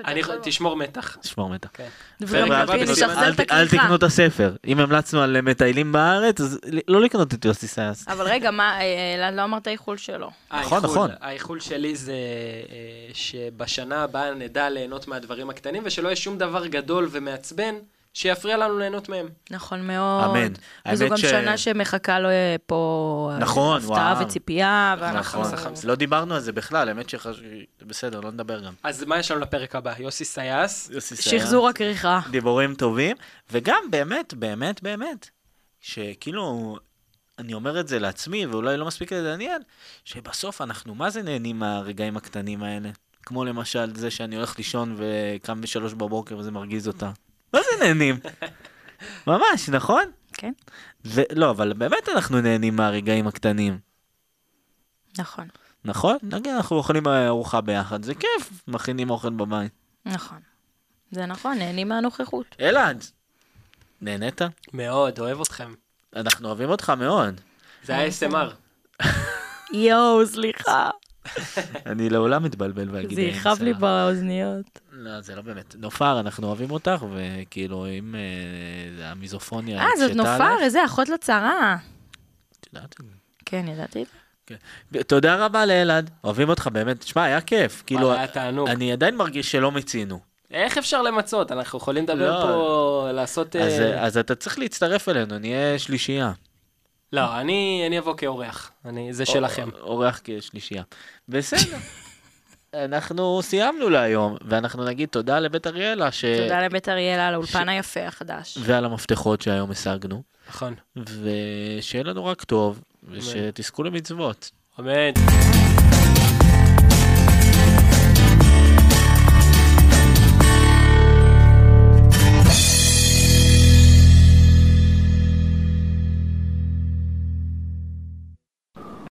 B: אני יכול- תשמור מתח.
A: תשמור מתח.
B: כן.
A: חבר'ה,
B: הבא
A: אל
C: כאילו
B: בנוגע-
A: תקנו-
B: נשחזר
A: אל ת- אל תקנו את הספר. אם המלצנו על מטיילים בארץ, אז ל- לא לקנות את יוסי סייס.
C: אבל רגע, מה, אה, אה, לא אמרת איחול שלו.
A: נכון,
B: האיחול-
A: נכון.
B: האיחול שלי זה אה, שבשנה הבאה נדע ליהנות מהדברים הקטנים, ושלא יהיה שום דבר גדול ומעצבן שיפריע לנו ליהנות מהם.
C: נכון מאוד.
A: אמן.
C: וזו
A: האמת
C: גם
A: ש-
C: שנה שמחכה לו אה, פה... אה,
A: נכון,
C: הפתעה
A: וואו.
C: וציפייה. ואנחנו-
A: נכון, לא דיברנו על זה בכלל, האמת שחשוב... בסדר, לא נדבר גם.
B: אז מה יש לנו לפרק הבא? יוסי סייס?
A: יוסי סייס.
C: שחזור הכריכה.
A: דיבורים טובים, וגם באמת, באמת, באמת, שכאילו, אני אומר את זה לעצמי, ואולי לא מספיק לדניאל, שבסוף אנחנו מה זה נהנים מהרגעים הקטנים האלה. כמו למשל זה שאני הולך לישון וקם בשלוש בבוקר וזה מרגיז אותה. מה זה נהנים? ממש, נכון?
C: כן,
A: ו- לא, אבל באמת אנחנו נהנים מהרגעים הקטנים,
C: נכון.
A: נכון? נגיד אנחנו אוכלים ארוחה ביחד, זה כיף, מכינים אוכל בבית.
C: נכון. זה נכון, נהנים מהנוכחות.
A: אלעד, נהנית?
B: מאוד, אוהב אתכם.
A: אנחנו אוהבים אותך מאוד.
B: זה
A: נכון.
B: ה-SMR.
C: יואו, סליחה.
A: אני לעולם אתבלבל ואגיד...
C: זה
A: "אה,
C: יכאב לי
A: בסדר".
C: באוזניות.
A: לא, זה לא באמת. נופר, אנחנו אוהבים אותך, וכאילו, אם אה, זה המיזופוניה...
C: אה, זאת
A: הקשתה
C: נופר,
A: עלייך,
C: איזה אחות לצרה.
A: את יודעת את זה.
C: כן, ידעתי.
A: ב- תודה רבה לאלעד, אוהבים אותך באמת. שמע, היה כיף. כאילו,
B: היה תענוג.
A: אני עדיין מרגיש שלא מיצינו.
B: איך אפשר למצות? אנחנו יכולים לדבר
A: לא.
B: פה, לעשות... אה,
A: אז, אה, אז אתה צריך להצטרף אלינו, נהיה שלישייה.
B: לא, אני אני אבוא כאורח. אני- זה שלכם.
A: א- אורח כשלישייה. בסדר. אנחנו סיימנו להיום, ואנחנו נגיד תודה לבית אריאלה, ש...
C: תודה לבית אריאלה על האולפן היפה החדש.
A: ועל המפתחות שהיום השגנו.
B: נכון.
A: אה, ושיהיה לנו רק טוב, ושתזכו למצוות.
B: אמן.